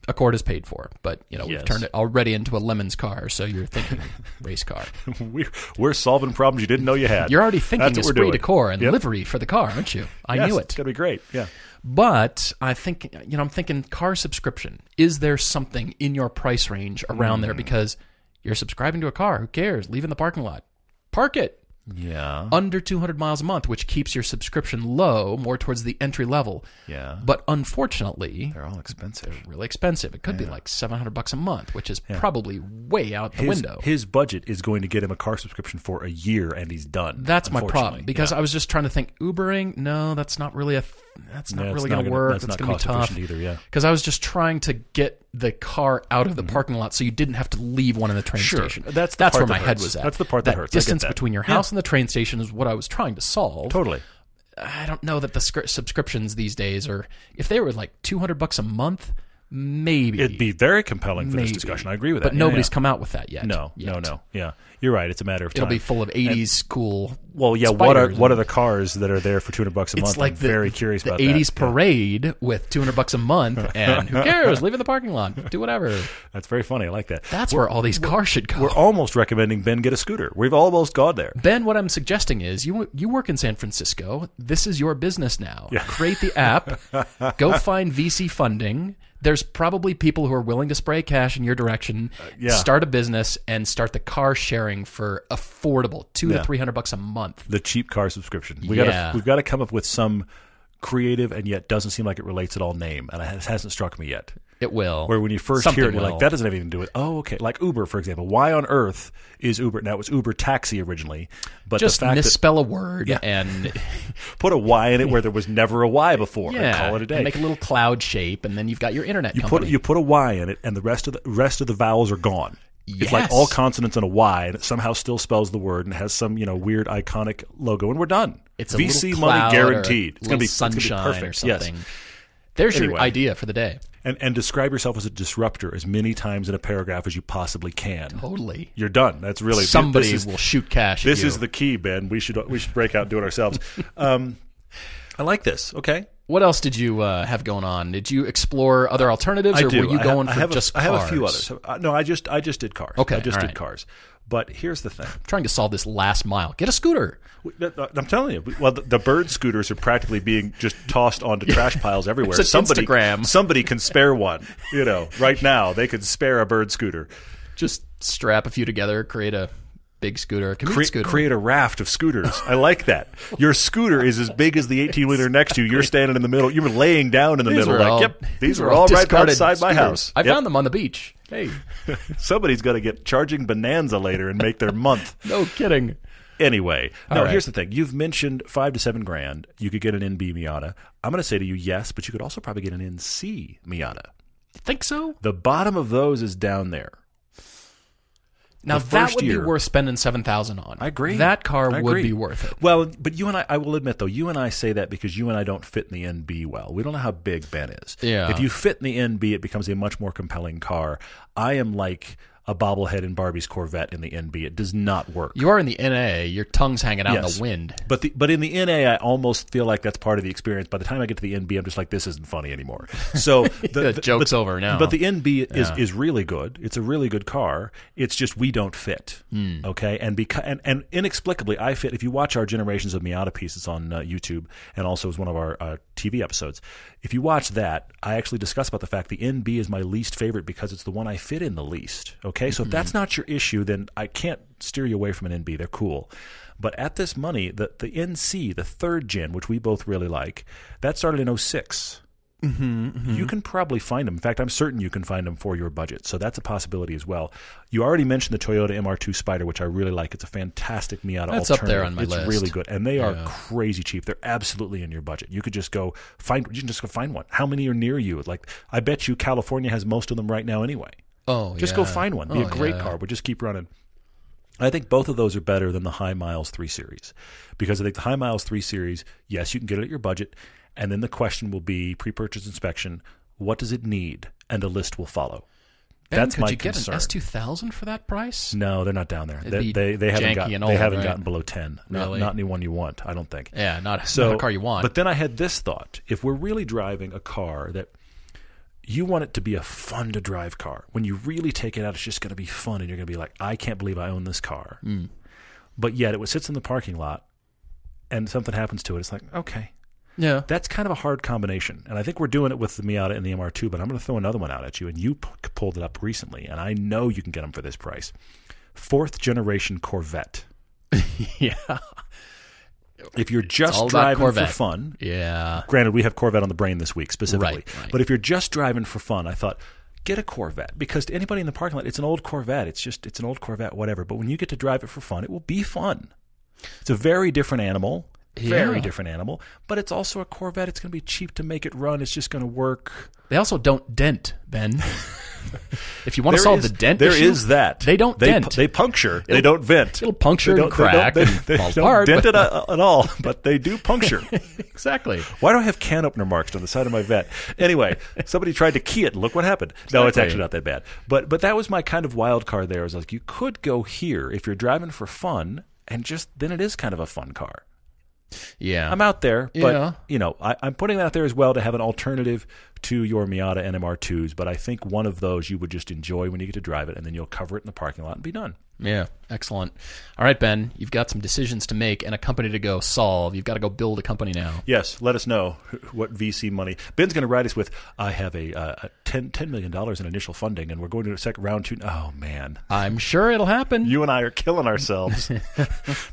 S2: Accord is paid for, but you know
S1: Hmm. Yes.
S2: we've turned it already into a Lemons car, so you're thinking race car.
S1: we're, we're solving problems you didn't know you had.
S2: You're already thinking
S1: That's what we're
S2: esprit
S1: doing.
S2: de corps and
S1: Yep.
S2: livery for the car, aren't you? I
S1: Yes,
S2: knew
S1: It's
S2: it.
S1: gonna be great. Yeah.
S2: But I think you know I'm thinking car subscription. Is there something in your price range around
S1: Mm.
S2: there because you're subscribing to a car? Who cares? Leave it in the parking lot. Park it.
S1: Yeah.
S2: under 200 miles a month, which keeps your subscription low, more towards the entry level.
S1: Yeah.
S2: But unfortunately,
S1: They're all expensive.
S2: really expensive. It could be like 700 bucks a month, which is probably way out the
S1: his,
S2: window.
S1: His budget is going to get him a car subscription for a year, and he's done.
S2: that's my
S1: unfortunately.
S2: problem because I was just trying to think Ubering. No, that's not really a. Th- that's not
S1: Yeah, it's
S2: really
S1: not
S2: going to
S1: gonna-
S2: work.
S1: that's
S2: That's,
S1: not
S2: going to be
S1: cost
S2: tough
S1: efficient either, yeah. Mm-hmm.
S2: Because I was just trying to get the car out of the parking lot so you didn't have to leave one in the train
S1: Sure.
S2: station.
S1: That's the part
S2: that's where
S1: that
S2: my head
S1: hurts.
S2: was at.
S1: That's the part that hurts. I get
S2: Distance
S1: that.
S2: between your
S1: Yeah.
S2: house and the train station is what I was trying to solve.
S1: Totally.
S2: I don't know that the scr- subscriptions these days are. If they were like two hundred bucks a month, maybe
S1: It'd be very compelling for
S2: maybe.
S1: this discussion. I agree with that.
S2: But
S1: Yeah,
S2: nobody's
S1: yeah.
S2: come out with that yet.
S1: No,
S2: Yet.
S1: no, no. Yeah, You're right. It's a matter of time.
S2: It'll be full of 80s cool.
S1: well, yeah. What are
S2: spiders.
S1: what are the cars that are there for 200 bucks a month?
S2: It's like
S1: I'm
S2: the,
S1: very curious
S2: the
S1: about
S2: 80s
S1: that.
S2: parade with 200 bucks a month, and who cares? Leave it in the parking lot. Do whatever.
S1: That's very funny. I like that.
S2: That's where all these cars should go.
S1: We're almost recommending Ben get a scooter. We've almost got there.
S2: Ben, what I'm suggesting is you you work in San Francisco. This is your business now. Create the app. go find VC funding. There's probably people who are willing to spray cash in your direction.
S1: Uh, yeah.
S2: Start a business and start the car sharing for affordable two
S1: Yeah.
S2: to three hundred bucks a month.
S1: The cheap car subscription. We
S2: Yeah.
S1: gotta we've got to come up with some creative and yet doesn't seem like it relates at all name, and it has, hasn't struck me yet.
S2: It will.
S1: Where when you first
S2: Something
S1: hear it, you're
S2: will.
S1: like, that doesn't have anything to do with. Oh, okay. Like Uber, for example. Why on earth is Uber? Now it was Uber Taxi originally, but
S2: just
S1: the fact
S2: misspell a word and
S1: that put a Y in it where there was never a Y before, and
S2: yeah,
S1: call it a day.
S2: and make a little cloud shape, and then you've got your internet.
S1: You
S2: company.
S1: put you put a Y in it, and the rest of the rest of the vowels are gone. It's like
S2: Yes.
S1: all consonants and a Y, and it somehow still spells the word and has some you know weird iconic logo, and we're done.
S2: It's a
S1: VC
S2: little
S1: money
S2: cloud or a
S1: guaranteed. It's
S2: little
S1: gonna be it's gonna be
S2: sunshine
S1: perfect.
S2: or
S1: Yes.
S2: something. There's
S1: Anyway.
S2: your idea for the day.
S1: and and describe yourself as a disruptor as many times in a paragraph as you possibly can.
S2: Totally.
S1: You're done. That's really
S2: Somebody
S1: this is-
S2: will shoot cash. at
S1: This
S2: you.
S1: is the key, Ben. We should we should break out and do it ourselves. um, I like this. Okay.
S2: What else did you uh, have going on? Did you explore other alternatives, or were you
S1: I
S2: going
S1: ha- I
S2: for
S1: have
S2: just
S1: a,
S2: cars?
S1: I have a few others. Uh, no, I just I just did cars.
S2: Okay,
S1: I just
S2: all
S1: did
S2: right.
S1: cars. But here's the thing.
S2: trying to solve this last mile. Get a scooter.
S1: We- that- that- I'm telling you. we- Well, the, the bird scooters are practically being just tossed onto trash piles everywhere.
S2: It's an
S1: somebody,
S2: Instagram.
S1: somebody can spare one. You know, right now they could spare a bird scooter.
S2: Just strap a few together, create a big scooter, a commute
S1: Cre-
S2: scooter.
S1: Create a raft of scooters. I like that. Your scooter is as big as the 18 wheeler next to you. You're standing in the middle. You're laying down in the middle.
S2: are
S1: Like,
S2: all-
S1: yep, these, are all right
S2: discarded
S1: outside my
S2: scooters.
S1: house.
S2: I
S1: Yep.
S2: found them on the beach. Hey,
S1: somebody's going to get charging bonanza later and make their month.
S2: no kidding.
S1: Anyway, no.
S2: right.
S1: Here's the thing: you've mentioned five to seven grand. You could get an NB Miata. I'm going to say to you, yes, but you could also probably get an NC Miata.
S2: Think so?
S1: The bottom of those is down there.
S2: Now
S1: The
S2: that
S1: first
S2: would
S1: year-
S2: be worth spending seven thousand on.
S1: I agree.
S2: That car
S1: I
S2: would
S1: agree.
S2: be worth it.
S1: Well, but you and I, I will admit though, you and I say that because you and I don't fit in the NB well. We don't know how big Ben is.
S2: Yeah.
S1: If you fit in the NB, it becomes a much more compelling car. I am like a bobblehead in Barbie's Corvette in the NB. It does not work.
S2: You are in the NA. Your tongue's hanging out in
S1: Yes.
S2: the wind.
S1: But the, but in the NA, I almost feel like that's part of the experience. By the time I get to the NB, I'm just like, this isn't funny anymore. So the,
S2: The joke's
S1: but-
S2: over now.
S1: But the NB is, is really good. It's a really good car. It's just we don't fit.
S2: Hmm.
S1: Okay, and because and, and inexplicably, I fit. If you watch our Generations of Miata piece, it's on uh, YouTube, and also is one of our uh, TV episodes. If you watch that, I actually discuss about the fact the NB is my least favorite because it's the one I fit in the least. Okay, so if
S2: Mm-hmm.
S1: that's not your issue, then I can't steer you away from an NB. They're cool. But at this money, the, the NC, the third gen, which we both really like, that started in oh 6 You can probably find them. In fact, I'm certain you can find them for your budget. So that's a possibility as well. You already mentioned the Toyota MR2 Spider, which I really like. It's a fantastic Miata
S2: That's up
S1: alternative.
S2: there on my
S1: it's
S2: list.
S1: really good. And they are crazy cheap. They're absolutely in your budget. You could just go find you can just go find one. How many are near you? Like I bet you California has most of them right now anyway.
S2: Oh,
S1: Just go
S2: yeah.
S1: find one. Be
S2: Oh,
S1: a great
S2: yeah.
S1: car. We'll just keep running. I think both of those are better than the High Miles 3 Series because I think the High Miles 3 Series, yes, you can get it at your budget. And then the question will be pre purchase inspection what does it need? And a list will follow.
S2: Ben,
S1: That's
S2: could
S1: my
S2: you get
S1: concern.
S2: an S two thousand for that price?
S1: No, they're not down there. They,
S2: be
S1: they, they haven't,
S2: janky
S1: gotten,
S2: and
S1: they
S2: old,
S1: haven't
S2: right?
S1: gotten below 10. Not,
S2: Really?
S1: not anyone you want, I don't think.
S2: Yeah, not,
S1: So,
S2: not a car you want.
S1: But then I had this thought: if we're really driving a car that you want it to be a fun to drive car, when you really take it out, it's just going to be fun, and you're going to be like, "I can't believe I own this car."
S2: Mm.
S1: But yet, it sits in the parking lot, and something happens to it. It's like, okay,
S2: yeah,
S1: that's kind of a hard combination, and I think we're doing it with the Miata and the MR2. But I'm going to throw another one out at you, and you p- pulled it up recently, and I know you can get them for this price. Fourth generation Corvette.
S2: yeah,
S1: If you're just
S2: all about
S1: driving for
S2: Corvette.
S1: fun,
S2: yeah.
S1: granted we have corvette on the brain this week specifically
S2: Right, right.
S1: but if you're just driving for fun i thought get a corvette because to anybody in the parking lot it's an old corvette it's just it's an old corvette whatever but when you get to drive it for fun it will be fun it's a very different animal Very
S2: Yeah.
S1: different animal, but it's also a Corvette. It's going to be cheap to make it run. It's just going to work.
S2: They also don't dent, Ben. if you want to solve
S1: is-
S2: the dent,
S1: There is
S2: issue,
S1: that.
S2: They don't
S1: they,
S2: dent.
S1: They puncture. they
S2: It'll-
S1: don't vent.
S2: it'll puncture
S1: They
S2: and
S1: don't- they don't-
S2: crack
S1: They,
S2: and
S1: they
S2: falls
S1: don't
S2: apart,
S1: dent
S2: but-
S1: it a- at all, but they do puncture.
S2: exactly.
S1: Why do I have can opener marks on the side of my vet? Anyway, somebody tried to key it. Look what happened. No, it's
S2: Exactly.
S1: actually not that bad. But but that was my kind of wild card there. Is like you could go here if you're driving for fun, and just then it is kind of a fun car.
S2: Yeah.
S1: I'm out there, but
S2: Yeah.
S1: you know I, I'm putting that out there as well to have an alternative to your Miata NMR2s. But I think one of those you would just enjoy when you get to drive it, and then you'll cover it in the parking lot and be done.
S2: Yeah, excellent. All right, Ben, you've got some decisions to make and a company to go solve. You've got to go build a company now.
S1: Yes, let us know what VC money. Ben's going to write us with, I have a, uh, a 10, $10 million in initial funding, and we're going to a second round two. Oh, man.
S2: I'm sure it'll happen.
S1: You and I are killing ourselves.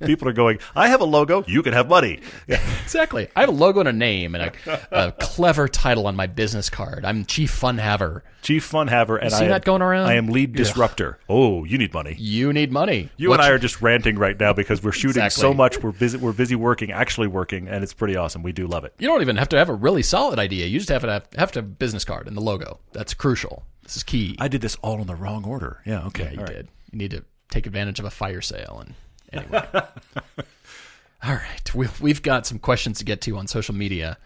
S1: People are going, I have a logo. You can have money. Yeah.
S2: exactly. I have a logo and a name and a, a clever title on my business card. I'm Chief Fun Haver.
S1: Chief Fun Haver. And
S2: see
S1: I am,
S2: that going around?
S1: I am lead disruptor. Oh, you need money.
S2: You need money.
S1: You and I are just ranting right now because we're shooting so
S2: Exactly.
S1: much. We're busy. We're busy working, actually working, and it's pretty awesome. We do love it.
S2: You don't even have to have a really solid idea. You just have to have, have to have a business card and the logo. That's crucial. This is key.
S1: I did this all in the wrong order. Yeah. Okay.
S2: Yeah, you
S1: all right.
S2: did. You need to take advantage of a fire sale. And anyway, all right, we, we've got some questions to get to on social media,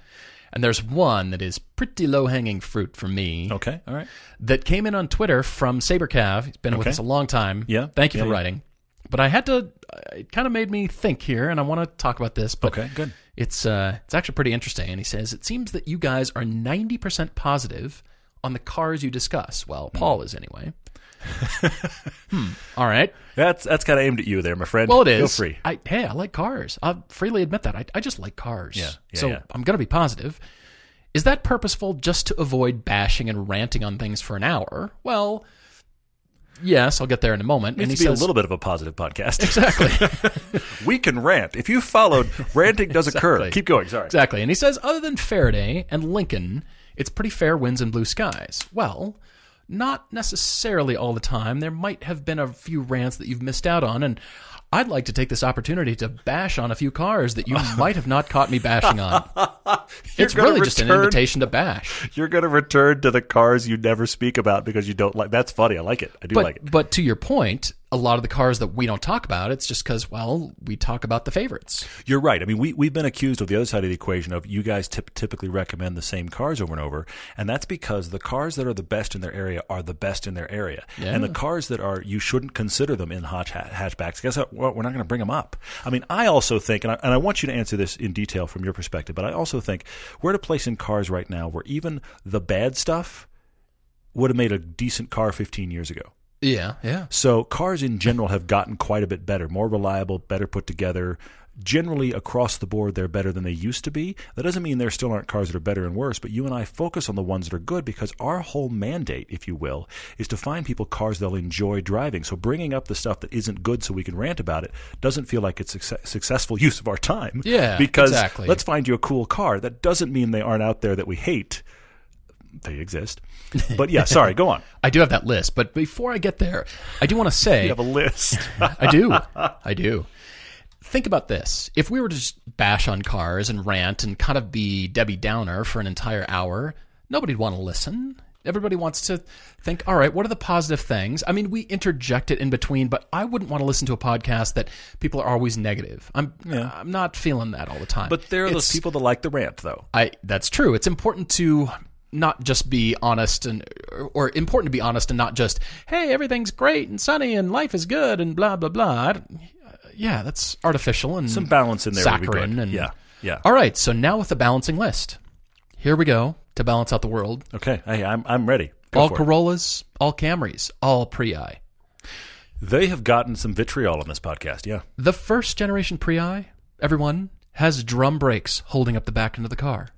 S2: and there's one that is pretty low hanging fruit for me
S1: Okay. All right.
S2: that came in on Twitter from Sabercav. He's been with
S1: Okay.
S2: us a long time.
S1: Yeah,
S2: thank you
S1: yeah,
S2: for
S1: yeah.
S2: writing. But I had to. uh, It kind of made me think here, and I want to talk about this. But
S1: Okay. Good.
S2: it's uh, it's actually pretty interesting. And he says it seems that you guys are ninety percent positive on the cars you discuss. Well, Paul is anyway. hmm. All right.
S1: That's that's kind of aimed at you there, my friend.
S2: Well, it is.
S1: Feel free.
S2: I, hey, I like cars. I'll freely admit that. I, I just like cars.
S1: Yeah, yeah,
S2: so
S1: yeah.
S2: I'm going to be positive. Is that purposeful just to avoid bashing and ranting on things for an hour? Well, yes, I'll get there in a moment.
S1: It
S2: and he
S1: needs to be
S2: says,
S1: a little bit of a positive podcast.
S2: Exactly.
S1: we can rant. If you followed, ranting does occur.
S2: Exactly.
S1: Keep going. Sorry.
S2: Exactly. And he says, other than Faraday and Lincoln, it's pretty fair winds and blue skies. Well, not necessarily all the time. There might have been a few rants that you've missed out on, and I'd like to take this opportunity to bash on a few cars that you might have not caught me bashing on. it's
S1: gonna
S2: really just an
S1: return-
S2: invitation to bash.
S1: You're going to return to the cars you never speak about because you don't like. That's funny. I like it. I do
S2: But
S1: like it.
S2: but to your point, a lot of the cars that we don't talk about, it's just because well, we talk about the favorites.
S1: You're right. I mean, we we've been accused of the other side of the equation of you guys typ- typically recommend the same cars over and over, and that's because the cars that are the best in their area are the best in their area, and the cars that are you shouldn't consider them in hatch- hatchbacks. Guess what? Well, We're not going to bring them up. I mean, I also think, and I, and I want you to answer this in detail from your perspective, but I also think we're at a place in cars right now where even the bad stuff would have made a decent car 15 years ago.
S2: Yeah, yeah.
S1: So cars in general have gotten quite a bit better, more reliable, better put together. Generally across the board, they're better than they used to be. That doesn't mean there still aren't cars that are better and worse, but you and I focus on the ones that are good because our whole mandate, if you will, is to find people cars they'll enjoy driving. So bringing up the stuff that isn't good so we can rant about it doesn't feel like it's success- successful use of our time.
S2: Yeah,
S1: because
S2: exactly.
S1: let's find you a cool car. That doesn't mean they aren't out there that we hate. They exist, but yeah. Sorry, go on.
S2: I do have that list, but before I get there, I do want to say
S1: You have a list.
S2: I do. I do. Think about this. If we were to just bash on cars and rant and kind of be Debbie Downer for an entire hour, nobody'd want to listen. Everybody wants to think, all right, what are the positive things? I mean, we interject it in between, but I wouldn't want to listen to a podcast that people are always negative. I'm I'm not feeling that all the time.
S1: But there are those
S2: It's-
S1: people that like the rant, though.
S2: I that's true. It's important to not just be honest and or important to be honest and not just hey everything's great and sunny and life is good and blah blah blah. I don't- Yeah, that's artificial and
S1: Some balance in there would be
S2: Saccharine
S1: good.
S2: and
S1: Yeah, yeah.
S2: All right, so now with the balancing list, here we go to balance out the world.
S1: Okay, hey, I'm I'm ready. Go
S2: all
S1: for it.
S2: Corollas, all Camrys, all Prii.
S1: They have gotten some vitriol on this podcast. Yeah,
S2: The first generation Prii, everyone has drum brakes holding up the back end of the car.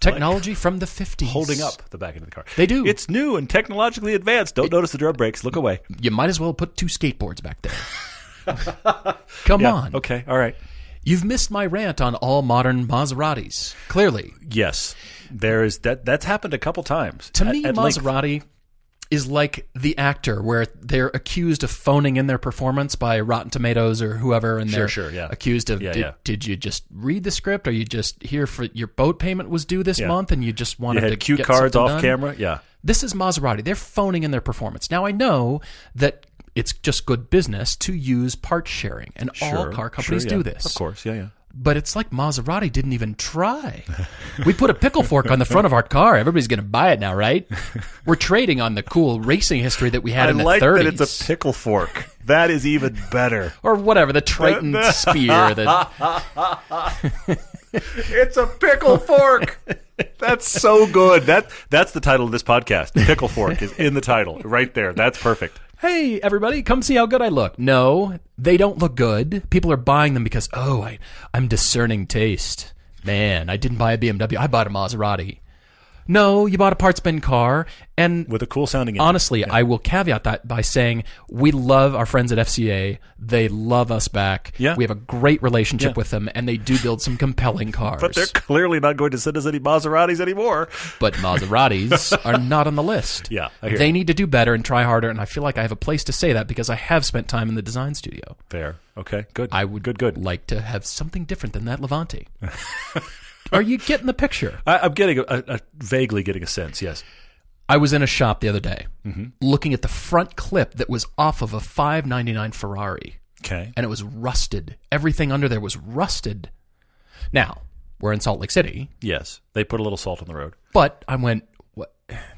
S2: Technology from the 50s.
S1: holding up the back end of the car.
S2: They do.
S1: It's new and technologically advanced. Don't notice the drum brakes. Look away.
S2: you might as well put two skateboards back there. Come
S1: Yeah,
S2: on.
S1: Okay. All right.
S2: You've missed my rant on all modern Maseratis. Clearly,
S1: Yes, there is that. That's happened a couple times.
S2: to
S1: At-
S2: me,
S1: at length.
S2: Maserati is like the actor, where they're accused of phoning in their performance by Rotten Tomatoes or whoever, and they're
S7: sure, yeah.
S2: accused of
S7: Yeah,
S2: did,
S7: yeah.
S2: did you just read the script? Are you just here for your boat payment was due this
S7: Yeah.
S2: month, and you just
S7: You
S2: wanted to
S7: had cue
S2: get
S7: cards
S2: something done?
S7: off camera. Yeah.
S2: This is Maserati. They're phoning in their performance. Now I know that it's just good business to use part sharing, and all
S7: Sure,
S2: car
S7: sure,
S2: companies
S7: yeah.
S2: do this
S7: Of course. Yeah, yeah.
S2: but it's like Maserati didn't even try. We put a pickle fork on the front of our car. Everybody's going to buy it now, right? We're trading on the cool racing history that we had
S7: I
S2: in the
S7: like
S2: 30s.
S7: that it's a pickle fork. That is even better.
S2: or whatever, the Triton spear. The,
S7: It's a pickle fork. That's so good. That that's the title of this podcast. Pickle fork is in the title right there. That's perfect.
S2: hey, everybody, come see how good I look. No, they don't look good. People are buying them because, oh, I, I'm discerning taste. Man, I didn't buy a BMW. I bought a Maserati. No, you bought a parts bin car, and
S7: With a cool sounding engine.
S2: honestly, I will caveat that by saying we love our friends at FCA. They love us back.
S7: Yeah.
S2: We have a great relationship
S7: Yeah.
S2: with them, and they do build some compelling cars.
S7: But they're clearly not going to send us any Maseratis anymore.
S2: But Maseratis are not on the list.
S7: Yeah, I hear
S2: They
S7: you.
S2: need to do better and try harder, and I feel like I have a place to say that because I have spent time in the design studio.
S7: Fair. Okay. Good.
S2: I would
S7: Good. Good.
S2: like to have something different than that Levante. are you getting the picture?
S7: I, I'm getting a, a, a- vaguely getting a sense. Yes.
S2: I was in a shop the other day looking at the front clip that was off of a 599 Ferrari.
S7: Okay.
S2: and it was rusted. Everything under there was rusted. Now, we're in Salt Lake City,
S7: Yes. They put a little salt on the road.
S2: but I went, what?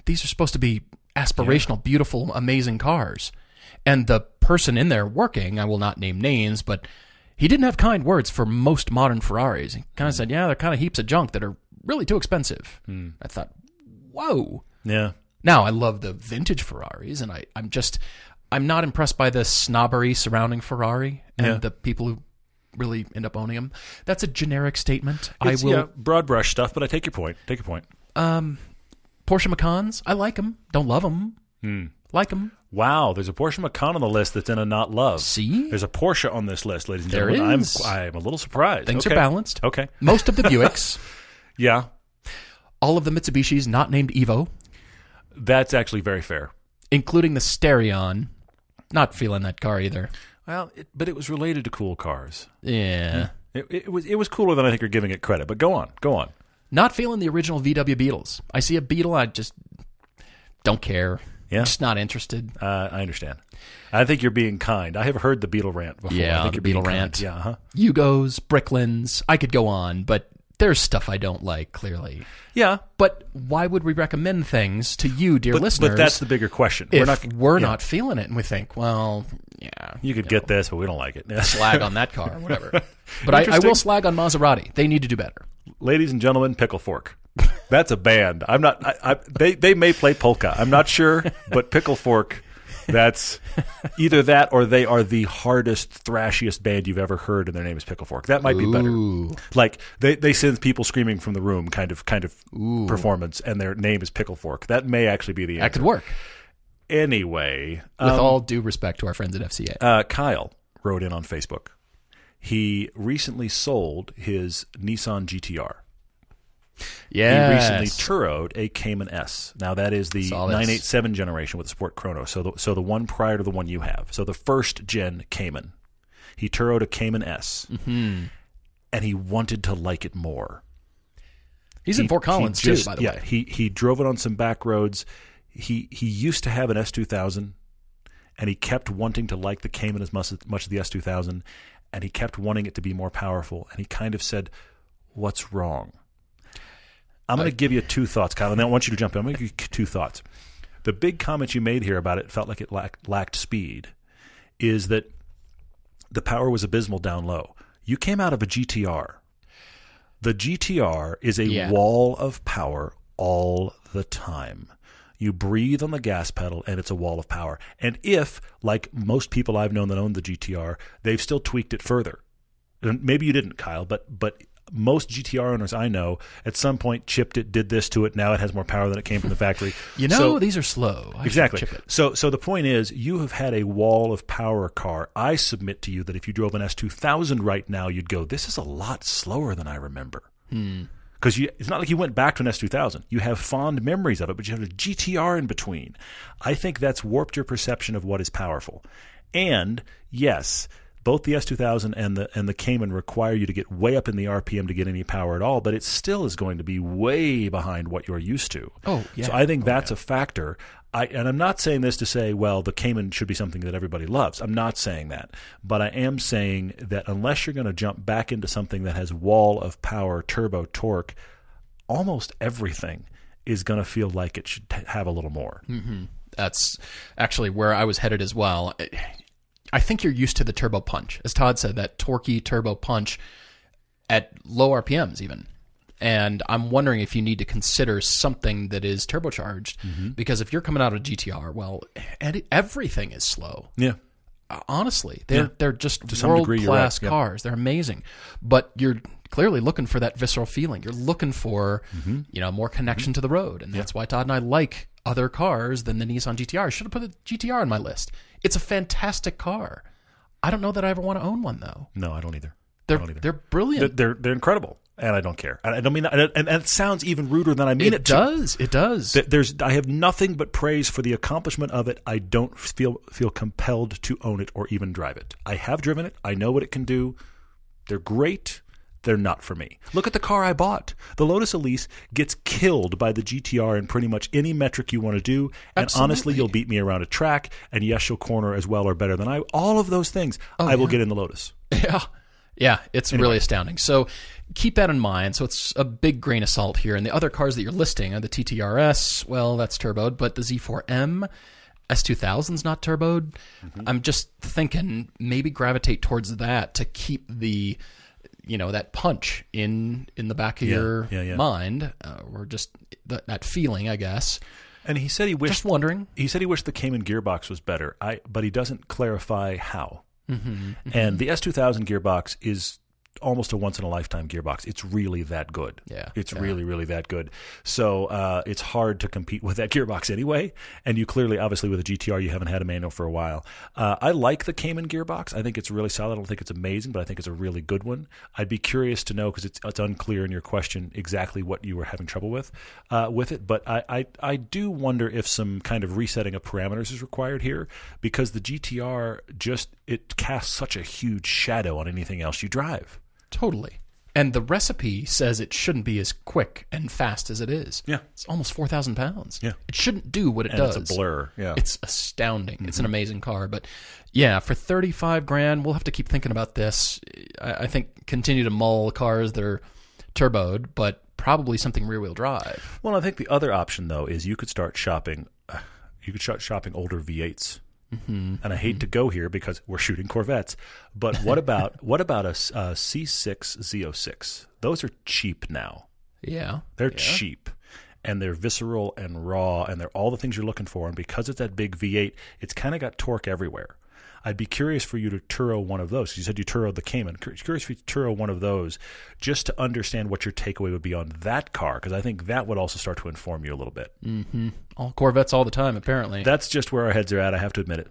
S2: these are supposed to be aspirational, beautiful, amazing cars. And the person in there working, I will not name names, but he didn't have kind words for most modern Ferraris. He kind of said, yeah, they're kind of heaps of junk that are really too expensive. I thought, whoa.
S7: Yeah.
S2: Now, I love the vintage Ferraris, and I, I'm just, I'm not impressed by the snobbery surrounding Ferrari and
S7: Yeah.
S2: the people who really end up owning them. That's a generic statement.
S7: It's,
S2: I will.
S7: yeah, broad brush stuff, but I take your point. Take your point.
S2: Um, Porsche Macans, I like them. Don't love them.
S7: Hmm.
S2: Like them.
S7: Wow, there's a Porsche Macan on the list that's in a not love.
S2: See?
S7: there's a Porsche on this list, ladies and
S2: There
S7: gentlemen.
S2: is.
S7: I'm I'm a little surprised.
S2: Things
S7: Okay.
S2: are balanced.
S7: Okay,
S2: Most of the Buicks,
S7: yeah,
S2: all of the Mitsubishis not named Evo,
S7: that's actually very fair.
S2: including the Sterion. Not feeling that car either.
S7: Well, it, but it was related to cool cars.
S2: Yeah.
S7: It, it was it was cooler than I think you're giving it credit. But go on, go on.
S2: Not feeling the original VW Beetles. I see a Beetle, I just don't care.
S7: Yeah.
S2: Just not interested.
S7: Uh, I understand. I think you're being kind. I have heard the Beetle rant before.
S2: Yeah,
S7: I think
S2: the
S7: you're being
S2: Beetle
S7: kind.
S2: rant.
S7: Yeah, uh-huh.
S2: Yugos, Bricklands. I could go on, but there's stuff I don't like, clearly.
S7: yeah.
S2: But why would we recommend things to you, dear
S7: But,
S2: listeners?
S7: but that's the bigger question.
S2: if
S7: we're not. yeah.
S2: feeling it, and we think, well, yeah,
S7: You could get this, but we don't like it. Yes.
S2: slag on that car, whatever. But I, I
S7: Interesting.
S2: will slag on Maserati. They need to do better.
S7: ladies and gentlemen, Pickle Fork. That's a band. I'm not. I, I, they they may play polka. I'm not sure, but Pickle Fork. That's either that or they are the hardest, thrashiest band you've ever heard, and their name is Pickle Fork. That might be better. Like they, they send people screaming from the room, kind of kind of performance, and their name is Pickle Fork. That may actually be the
S2: That
S7: answer.
S2: could work.
S7: Anyway,
S2: With all due respect to our friends at FCA,
S7: Um, uh, Kyle wrote in on Facebook. He recently sold his Nissan GTR. He recently turoed a Cayman S. Now that is the
S2: Saw this.
S7: 987 generation with the Sport Chrono. So the, so the one prior to the one you have. So the first gen Cayman. He turoed a Cayman S. Mm-hmm. And he wanted to like it more.
S2: he's in
S7: He-
S2: Fort
S7: he
S2: Collins
S7: just-
S2: too, by the
S7: yeah,
S2: way.
S7: he he drove it on some back roads. He he used to have an S2000, and he kept wanting to like the Cayman as much as much as the S2000, and he kept wanting it to be more powerful. And he kind of said, "What's wrong?" I'm going to give you two thoughts, Kyle, and then I want you to jump in. I'm going to give you two thoughts. The big comment you made here about it felt like it lacked, lacked speed is that the power was abysmal down low. You came out of a GTR. The GTR is a
S2: Yeah.
S7: wall of power all the time. You breathe on the gas pedal and it's a wall of power. And if, like most people I've known that own the GTR, they've still tweaked it further. And maybe you didn't, Kyle, but but most GTR owners I know at some point chipped it, did this to it. Now it has more power than it came from the factory.
S2: You know,
S7: So-
S2: these are slow. I should
S7: exactly.
S2: chip it.
S7: So, so the point is, you have had a wall of power car. I submit to
S2: Hmm.
S7: you that if you drove an S2000 right now, you'd go, "This is a lot slower than I remember." because it's not like you went back to an S2000. You have fond memories of it, but you have a GTR in between. I think that's warped your perception of what is powerful. And yes, both the S2000 and the and the Cayman require you to get way up in the RPM to get any power at all, but it still is going to be way behind what you're used to.
S2: Oh, yeah.
S7: So I think that's a factor. I, and I'm not saying this to say, well, the Cayman should be something that everybody loves. I'm not saying that. But I am saying that unless you're going to jump back into something that has wall of power, turbo, torque, almost everything is going to feel like it should t- have a little more.
S2: That's actually where I was headed as well. I think you're used to the turbo punch, as Todd said, that torquey turbo punch at low RPMs even. And I'm wondering if you need to consider something that is turbocharged, because if you're coming out of GTR, well, ed- everything is slow
S7: Yeah.
S2: honestly they're they're just
S7: some
S2: world
S7: degree, you're
S2: class
S7: right, yeah.
S2: cars they're amazing but you're clearly looking for that visceral feeling you're looking for
S7: Mm-hmm.
S2: you know more connection to the road and that's why Todd and I like other cars than the Nissan GTR I should have put the GTR on my list it's a fantastic car I don't know that I ever want to own one though
S7: No, I don't either.
S2: they're
S7: don't either.
S2: they're brilliant
S7: They're, they're, they're incredible. And I don't care. And I don't mean that. And, and, and it sounds even ruder than I mean
S2: it,
S7: it, to.
S2: does it does
S7: Th- There's, I have nothing but praise for the accomplishment of it. I don't feel feel compelled to own it or even drive it. I have driven it. I know what it can do. They're great. They're not for me. Look at the car I bought. The Lotus Elise gets killed by the GTR in pretty much any metric you want to do. And honestly,
S2: Absolutely.
S7: you'll beat me around a track. And yes, you'll corner as well or better than I. All of those things, I will get in the Lotus.
S2: Yeah. Yeah, it's really astounding. So keep that in mind. So it's a big grain of salt here. And the other cars that you're listing are the TTRS, well, that's turboed, but the Z4M, S2000's not turboed.
S7: Mm-hmm.
S2: I'm just thinking maybe gravitate towards that to keep the you know that punch in in the back of your
S7: yeah, yeah.
S2: mind uh, or just that, that feeling, I guess.
S7: And he said he wished
S2: Just wondering.
S7: he said he wished the Cayman gearbox was better. I but he doesn't clarify how. And the S2000 gearbox is almost a once in a lifetime gearbox. It's really that good.
S2: Yeah.
S7: It's really really that good. So uh, it's hard to compete with that gearbox anyway. And you clearly obviously with a GTR you haven't had a manual for a while. Uh, I like the Cayman gearbox. I think it's really solid. I don't think it's amazing, but I think it's a really good one. I'd be curious to know because it's it's unclear in your question exactly what you were having trouble with uh, with it. But I, I I do wonder if some kind of resetting of parameters is required here because the GTR just it casts such a huge shadow on anything else you drive.
S2: Totally. And the recipe says it shouldn't be as quick and fast as it is.
S7: Yeah.
S2: It's almost 4,000 pounds.
S7: Yeah.
S2: It shouldn't do what it
S7: And
S2: does.
S7: it's a blur. Yeah. Mm-hmm.
S2: It's astounding. It's an amazing car. But yeah, for 35 grand, we'll have to keep thinking about this. I, I think continue to mull cars that are turboed, but probably something rear wheel drive.
S7: Well, I think the other option though is you could start shopping. uh, You could start shopping older V8s. And I hate to go here because we're shooting Corvettes, but what about what about a s- a C6 Z06? Those are cheap now.
S2: Yeah.
S7: They're cheap and they're visceral and raw and they're all the things you're looking for. And because it's that big V8, it's kind of got torque everywhere. I'd be curious for you to Turo one of those. You said you Turoed the Cayman. Cur- Curious for you to Turo one of those just to understand what your takeaway would be on that car because I think that would also start to inform you a little bit.
S2: All Corvettes all the time, apparently.
S7: That's just where our heads are at. I have to admit it.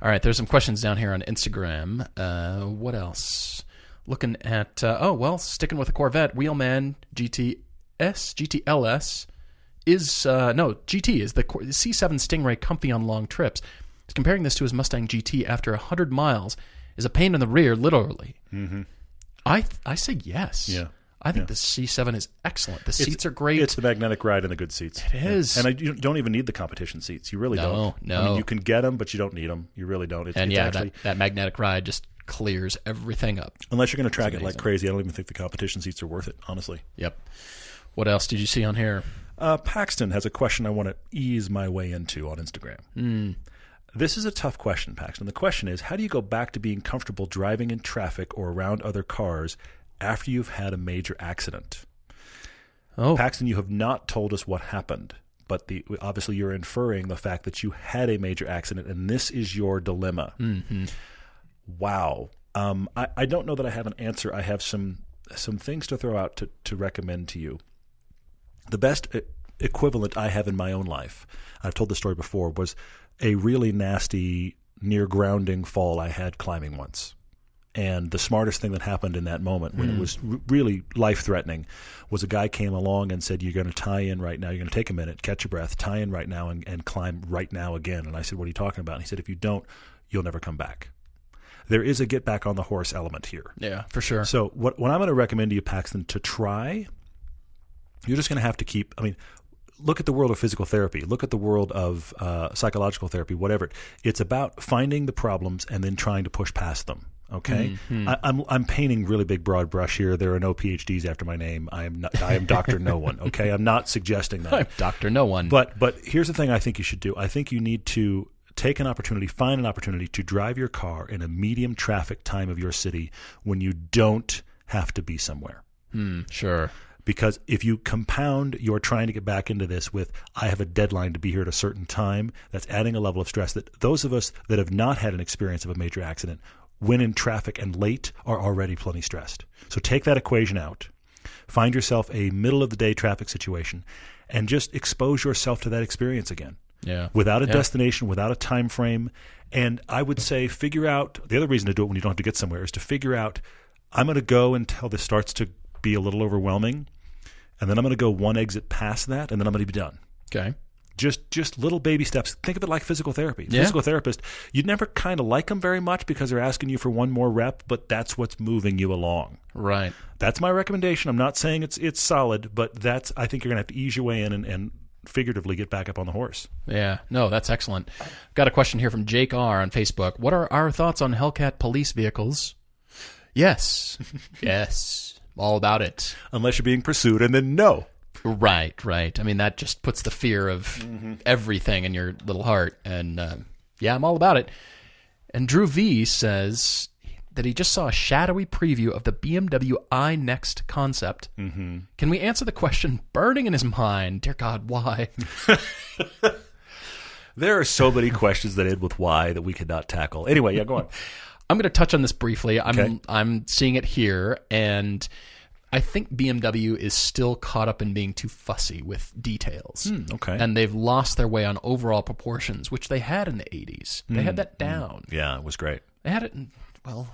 S2: All right, there's some questions down here on Instagram. Uh, what else? Looking at uh, oh well, sticking with the Corvette, Wheelman GTS GTLS is uh, no GT is the Cor- the C7 Stingray comfy on long trips. It's comparing this to his Mustang GT after hundred miles is a pain in the rear, literally. Mm-hmm. I th- I say yes.
S7: Yeah.
S2: I think the C7 is excellent. The seats are great.
S7: It's the magnetic ride and the good seats. It
S2: is.
S7: and I, you don't even need the competition seats. You really
S2: No,
S7: don't.
S2: no.
S7: I mean, you can get them, but you don't need them. You really don't. It's,
S2: and
S7: it's
S2: yeah,
S7: actually,
S2: that, that magnetic ride just clears everything up.
S7: unless you're going to track it like crazy, I don't even think the competition seats are worth it. Honestly.
S2: Yep. What else did you see on here?
S7: Uh, Paxton has a question I want to ease my way into on Instagram. This is a tough question, Paxton. The question is how do you go back to being comfortable driving in traffic or around other cars after you've had a major accident?
S2: Oh,
S7: Paxton, you have not told us what happened, but the, obviously you're inferring the fact that you had a major accident and this is your dilemma. Wow. Um, I, I don't know that I have an answer. I have some some things to throw out to, to recommend to you. The best e- equivalent I have in my own life, I've told this story before, was a really nasty near grounding fall I had climbing once. And the smartest thing that happened in that moment, when it was r- really life threatening, was a guy came along and said, You're going to tie in right now. You're going to take a minute, catch your breath, tie in right now, and, and climb right now again. And I said, What are you talking about? And he said, If you don't, you'll never come back. There is a get back on the horse element here.
S2: Yeah, for sure.
S7: So what what I'm going to recommend to you, Paxton, to try, you're just going to have to keep. I mean, look at the world of physical therapy. Look at the world of uh, psychological therapy. Whatever. It's about finding the problems and then trying to push past them. Okay, I, I'm I'm painting really big broad brush here. There are no PhDs after my name. I am not, I am Doctor No One. Okay, I'm not suggesting that.
S2: Doctor, no one.
S7: But but here's the thing I think you should do. I think you need to take an opportunity, find an opportunity to drive your car in a medium traffic time of your city when you don't have to be somewhere.
S2: Mm, sure.
S7: Because if you compound your trying to get back into this with, I have a deadline to be here at a certain time, that's adding a level of stress that those of us that have not had an experience of a major accident, when in traffic and late, are already plenty stressed. So take that equation out. Find yourself a middle of the day traffic situation and just expose yourself to that experience again
S2: Yeah.
S7: without a
S2: Yeah.
S7: destination, without a time frame. And I would say figure out the other reason to do it when you don't have to get somewhere is to figure out I'm going to go until this starts to be a little overwhelming, and then I'm going to go one exit past that, and then I'm going to be done.
S2: Okay.
S7: Just just little baby steps. Think of it like physical therapy. The
S2: Yeah.
S7: Physical therapist, you never kind of like them very much because they're asking you for one more rep, but that's what's moving you along.
S2: Right.
S7: That's my recommendation. I'm not saying it's it's solid, but that's I think you're going to have to ease your way in and, and figuratively get back up on the horse.
S2: Yeah. No, that's excellent. Got a question here from Jake R on Facebook. What are our thoughts on Hellcat police vehicles? Yes. yes. All about it.
S7: unless you're being pursued, and then no.
S2: Right, right. I mean, that just puts the fear of everything in your little heart. And uh, yeah, I'm all about it. And Drew V says that he just saw a shadowy preview of the BMW iNext concept. Mm-hmm. Can we answer the question burning in his mind? Dear God, why?
S7: There are so many questions that end with why that we could not tackle. Anyway, yeah, go on.
S2: I'm going to touch on this briefly. I'm
S7: Okay.
S2: I'm seeing it here, and I think BMW is still caught up in being too fussy with details.
S7: Hmm, okay.
S2: and they've lost their way on overall proportions, which they had in the 80s. They
S7: Hmm,
S2: had that down.
S7: yeah, it was great.
S2: They had it, in, well,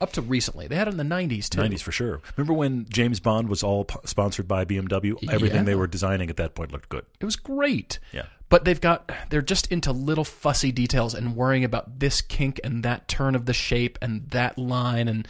S2: up to recently. They had it in the 90s too.
S7: 90s for sure. Remember when James Bond was all p- sponsored by BMW? Everything
S2: Yeah.
S7: they were designing at that point looked good.
S2: It was great.
S7: Yeah.
S2: But they've got they're just into little fussy details and worrying about this kink and that turn of the shape and that line and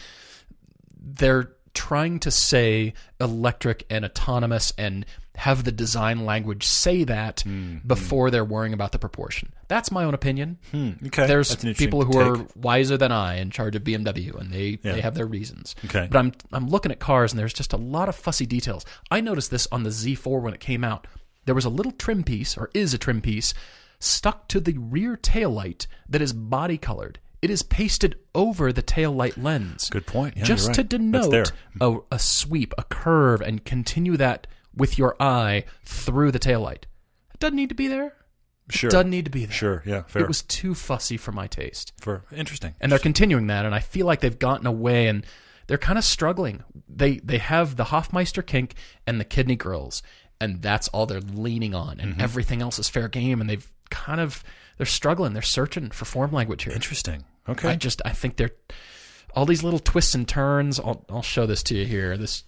S2: they're trying to say electric and autonomous and have the design language say that before they're worrying about the proportion. That's my own opinion.
S7: Okay.
S2: There's
S7: That's an interesting
S2: people who
S7: take.
S2: are wiser than I in charge of BMW, and they, they have their reasons.
S7: Okay.
S2: But I'm I'm looking at cars, and there's just a lot of fussy details. I noticed this on the Z4 when it came out. There was a little trim piece, or is a trim piece, stuck to the rear taillight that is body colored. It is pasted over the taillight lens.
S7: Good point. Yeah,
S2: just
S7: you're
S2: to
S7: right. That's there.
S2: denote a, a sweep, a curve, and continue that with your eye through the taillight. It doesn't need to be there.
S7: Sure.
S2: Doesn't need to be there.
S7: Sure. Yeah. Fair.
S2: It was too fussy for my taste.
S7: for interesting.
S2: And they're continuing that, and I feel like they've gotten away and they're kind of struggling. They they have the Hofmeister kink and the kidney girls, and that's all they're leaning on, and everything else is fair game, and they've kind of they're struggling, they're searching for form language here.
S7: interesting. Okay.
S2: I just I think they're all these little twists and turns. I'll I'll show this to you here. This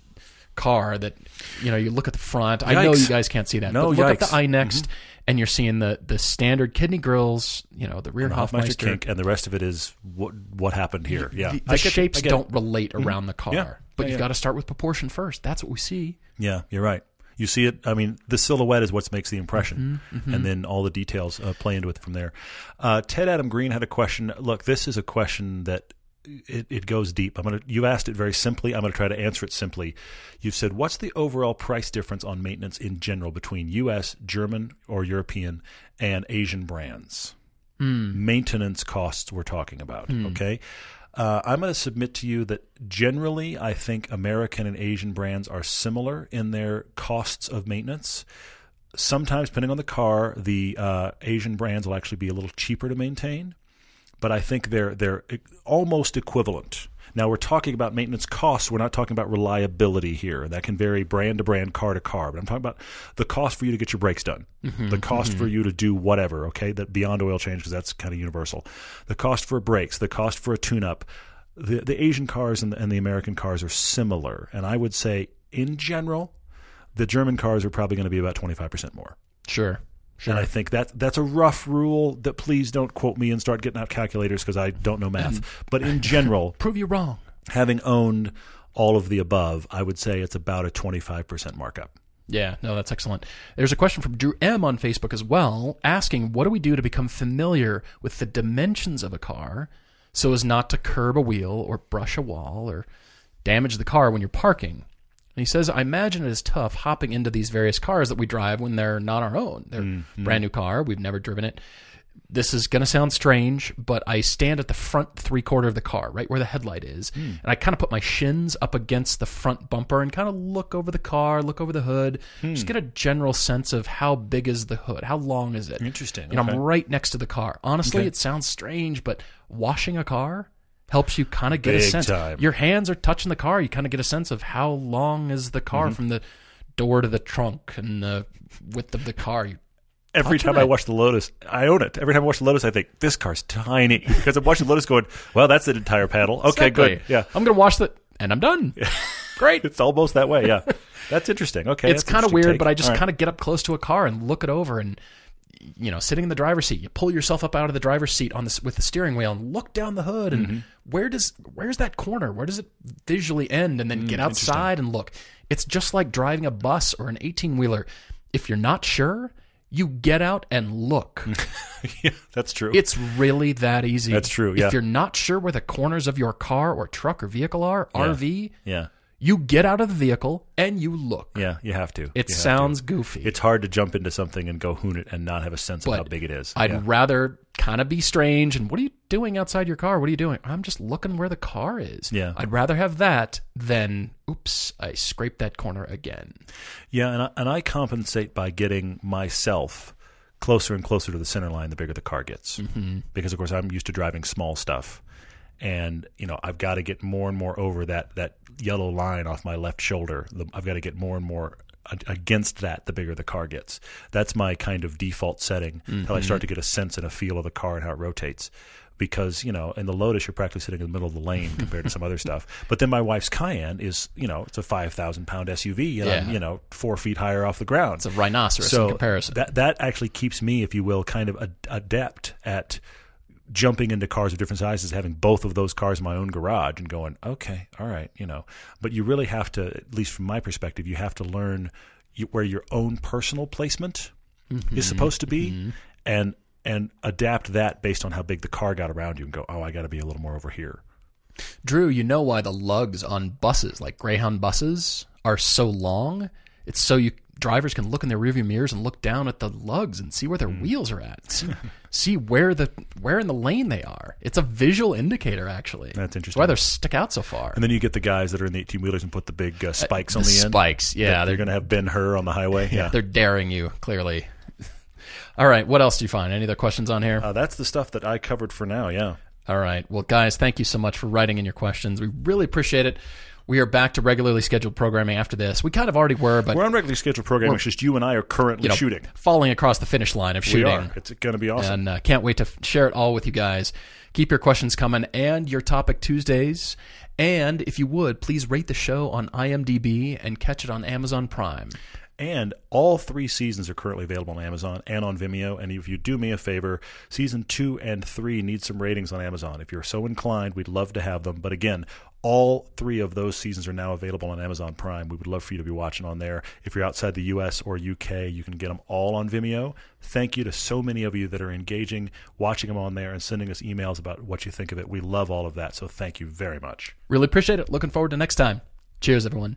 S2: car that you know you look at the front. I know
S7: Yikes.
S2: you guys can't see that.
S7: No,
S2: but look at the
S7: yikes. Mm-hmm.
S2: iNext next, and you're seeing the the standard kidney grills. You know the rear
S7: Hofmeister
S2: Hofmeister.
S7: kink, and the rest of it is what what happened here. Yeah.
S2: The, the
S7: I get it.
S2: shapes
S7: I get it.
S2: don't
S7: Mm-hmm.
S2: relate around the car,
S7: Yeah.
S2: but
S7: Yeah,
S2: you've
S7: yeah.
S2: got to start with proportion first. That's what we see.
S7: Yeah, you're right. You see it. I mean, the silhouette is what makes the impression, and then all the details uh, play into it from there. Uh, Ted Adam Green had a question. Look, this is a question that it, it goes deep. I'm gonna. You asked it very simply. I'm gonna try to answer it simply. You've said, what's the overall price difference on maintenance in general between U.S., German, or European and Asian brands? Maintenance costs we're talking about. Okay. Uh, I'm going to submit to you that generally, I think American and Asian brands are similar in their costs of maintenance. Sometimes, depending on the car, the uh, Asian brands will actually be a little cheaper to maintain, but I think they're they're e- almost equivalent. Now we're talking about maintenance costs. We're not talking about reliability here. That can vary brand to brand, car to car. But I'm talking about the cost for you to get your brakes done, the cost for you to do whatever. Okay, that beyond oil change because that's kind of universal. The cost for brakes, the cost for a tune up the the Asian cars and the, and the American cars are similar, and I would say in general, the German cars are probably going to be about twenty five percent more.
S2: Sure. Sure.
S7: And I think that that's a rough rule. That please don't quote me and start getting out calculators because I don't know math. But in general,
S2: Prove you wrong.
S7: having owned all of the above, I would say it's about a twenty five percent markup.
S2: Yeah, no, that's excellent. There's a question from Drew M on Facebook as well, asking what do we do to become familiar with the dimensions of a car so as not to curb a wheel or brush a wall or damage the car when you're parking? And he says, I imagine it is tough hopping into these various cars that we drive when they're not our own. They're
S7: Mm-hmm.
S2: brand new car, we've never driven it. This is going to sound strange, but I stand at the front three quarter of the car, right where the headlight is,
S7: Hmm.
S2: and I kind of put my shins up against the front bumper and kind of look over the car, look over the hood,
S7: Hmm.
S2: just get a general sense of how big is the hood, how long is it.
S7: Interesting,
S2: And
S7: okay.
S2: I'm right next to the car. Honestly,
S7: Okay.
S2: it sounds strange, but washing a car helps you kind of get a
S7: Big
S2: sense.
S7: time.
S2: Your hands are touching the car. You kind of get a sense of how long is the car
S7: Mm-hmm.
S2: from the door to the trunk and the width of the car. You-
S7: Every
S2: Touching
S7: time I
S2: it.
S7: watch the Lotus, I own it. Every time I watch the Lotus, I think this car's tiny because I'm watching the Lotus going, well, that's an entire paddle. Okay,
S2: Exactly.
S7: good. Yeah,
S2: I'm gonna wash the and I'm done. Great.
S7: it's almost that way. Yeah, that's interesting. Okay,
S2: it's kind of weird, but I just
S7: kind of.
S2: kind of get up close to a car and look it over and you know, sitting in the driver's seat, you pull yourself up out of the driver's seat on this with the steering wheel and look down the hood
S7: Mm-hmm.
S2: and where does where's that corner? Where does it visually end and
S7: Mm,
S2: then get outside and look. It's just like driving a bus or an 18-wheeler. If you're not sure, you get out and look.
S7: yeah, that's true.
S2: It's really that easy.
S7: That's true,
S2: If
S7: yeah.
S2: you're not sure where the corners of your car or truck or vehicle are, RV,
S7: yeah,
S2: you get out of the vehicle and you look.
S7: yeah. You have to.
S2: It
S7: You have
S2: sounds
S7: to.
S2: goofy.
S7: It's hard to jump into something and go hoon it and not have a sense of how big it is.
S2: I'd
S7: Yeah.
S2: rather kind of be strange and what are you doing outside your car? What are you doing? I'm just looking where the car is.
S7: Yeah.
S2: I'd rather have that than oops, I scraped that corner again.
S7: yeah, and I, and I compensate by getting myself closer and closer to the center line the bigger the car gets, mm-hmm. because of course I'm used to driving small stuff, and you know I've got to get more and more over that that yellow line off my left shoulder. The- I've got to get more and more a- against that the bigger the car gets that's my kind of default setting until i start to get a sense and a feel of the car and how it rotates because you know in the Lotus you're practically sitting in the middle of the lane compared to some other stuff. But then my wife's Cayenne is you know it's a five thousand pound SUV and I'm
S2: Yeah.
S7: you know four feet higher off the ground.
S2: It's a rhinoceros
S7: so
S2: in comparison.
S7: that that actually keeps me, if you will, kind of ad- adept at jumping into cars of different sizes, having both of those cars in my own garage, and going, okay, all right, you know. But you really have to, at least from my perspective, you have to learn you, where your own personal placement
S2: Mm-hmm.
S7: is supposed to be, and and adapt that based on how big the car got around you, and go, oh, I got to be a little more over here.
S2: Drew, you know why the lugs on buses, like Greyhound buses, are so long? It's so you drivers can look in their rearview mirrors and look down at the lugs and see where
S7: Hmm.
S2: their wheels are at, see, see where the where in the lane they are. It's a visual indicator, actually.
S7: That's
S2: It's
S7: interesting.
S2: why they stick out so far.
S7: And then you get the guys that are in the eighteen wheelers and put the big uh, spikes
S2: the
S7: on the end.
S2: spikes, yeah,
S7: That they're
S2: they're-
S7: going to have Ben Hur on the highway. Yeah,
S2: They're daring you, clearly. All right, what else do you find? Any other questions on here?
S7: uh, that's the stuff that I covered for now. Yeah.
S2: All right. Well, guys, thank you so much for writing in your questions. We really appreciate it. We are back to regularly scheduled programming after this. We kind of already were, but
S7: We're on regularly scheduled programming. It's just you and I are currently
S2: you know,
S7: shooting.
S2: falling across the finish line of shooting.
S7: We are. It's going to be awesome.
S2: And uh, can't wait to f- share it all with you guys. Keep your questions coming and your topic Tuesdays. And if you would, please rate the show on IMDb and catch it on Amazon Prime.
S7: And all three seasons are currently available on Amazon and on Vimeo. And if you do me a favor, season two and three need some ratings on Amazon. If you're so inclined, we'd love to have them. But again, all three of those seasons are now available on Amazon Prime. We would love for you to be watching on there. If you're outside the US or UK, you can get them all on Vimeo. Thank you to so many of you that are engaging, watching them on there, and sending us emails about what you think of it. We love all of that. So thank you very much.
S2: Really appreciate it. Looking forward to next time. Cheers, everyone.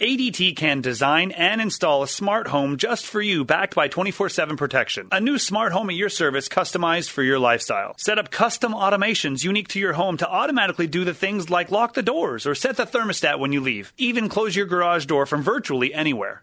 S8: ADT can design and install a smart home just for you, backed by 24 7 protection. A new smart home at your service customized for your lifestyle. Set up custom automations unique to your home to automatically do the things like lock the doors or set the thermostat when you leave. Even close your garage door from virtually anywhere.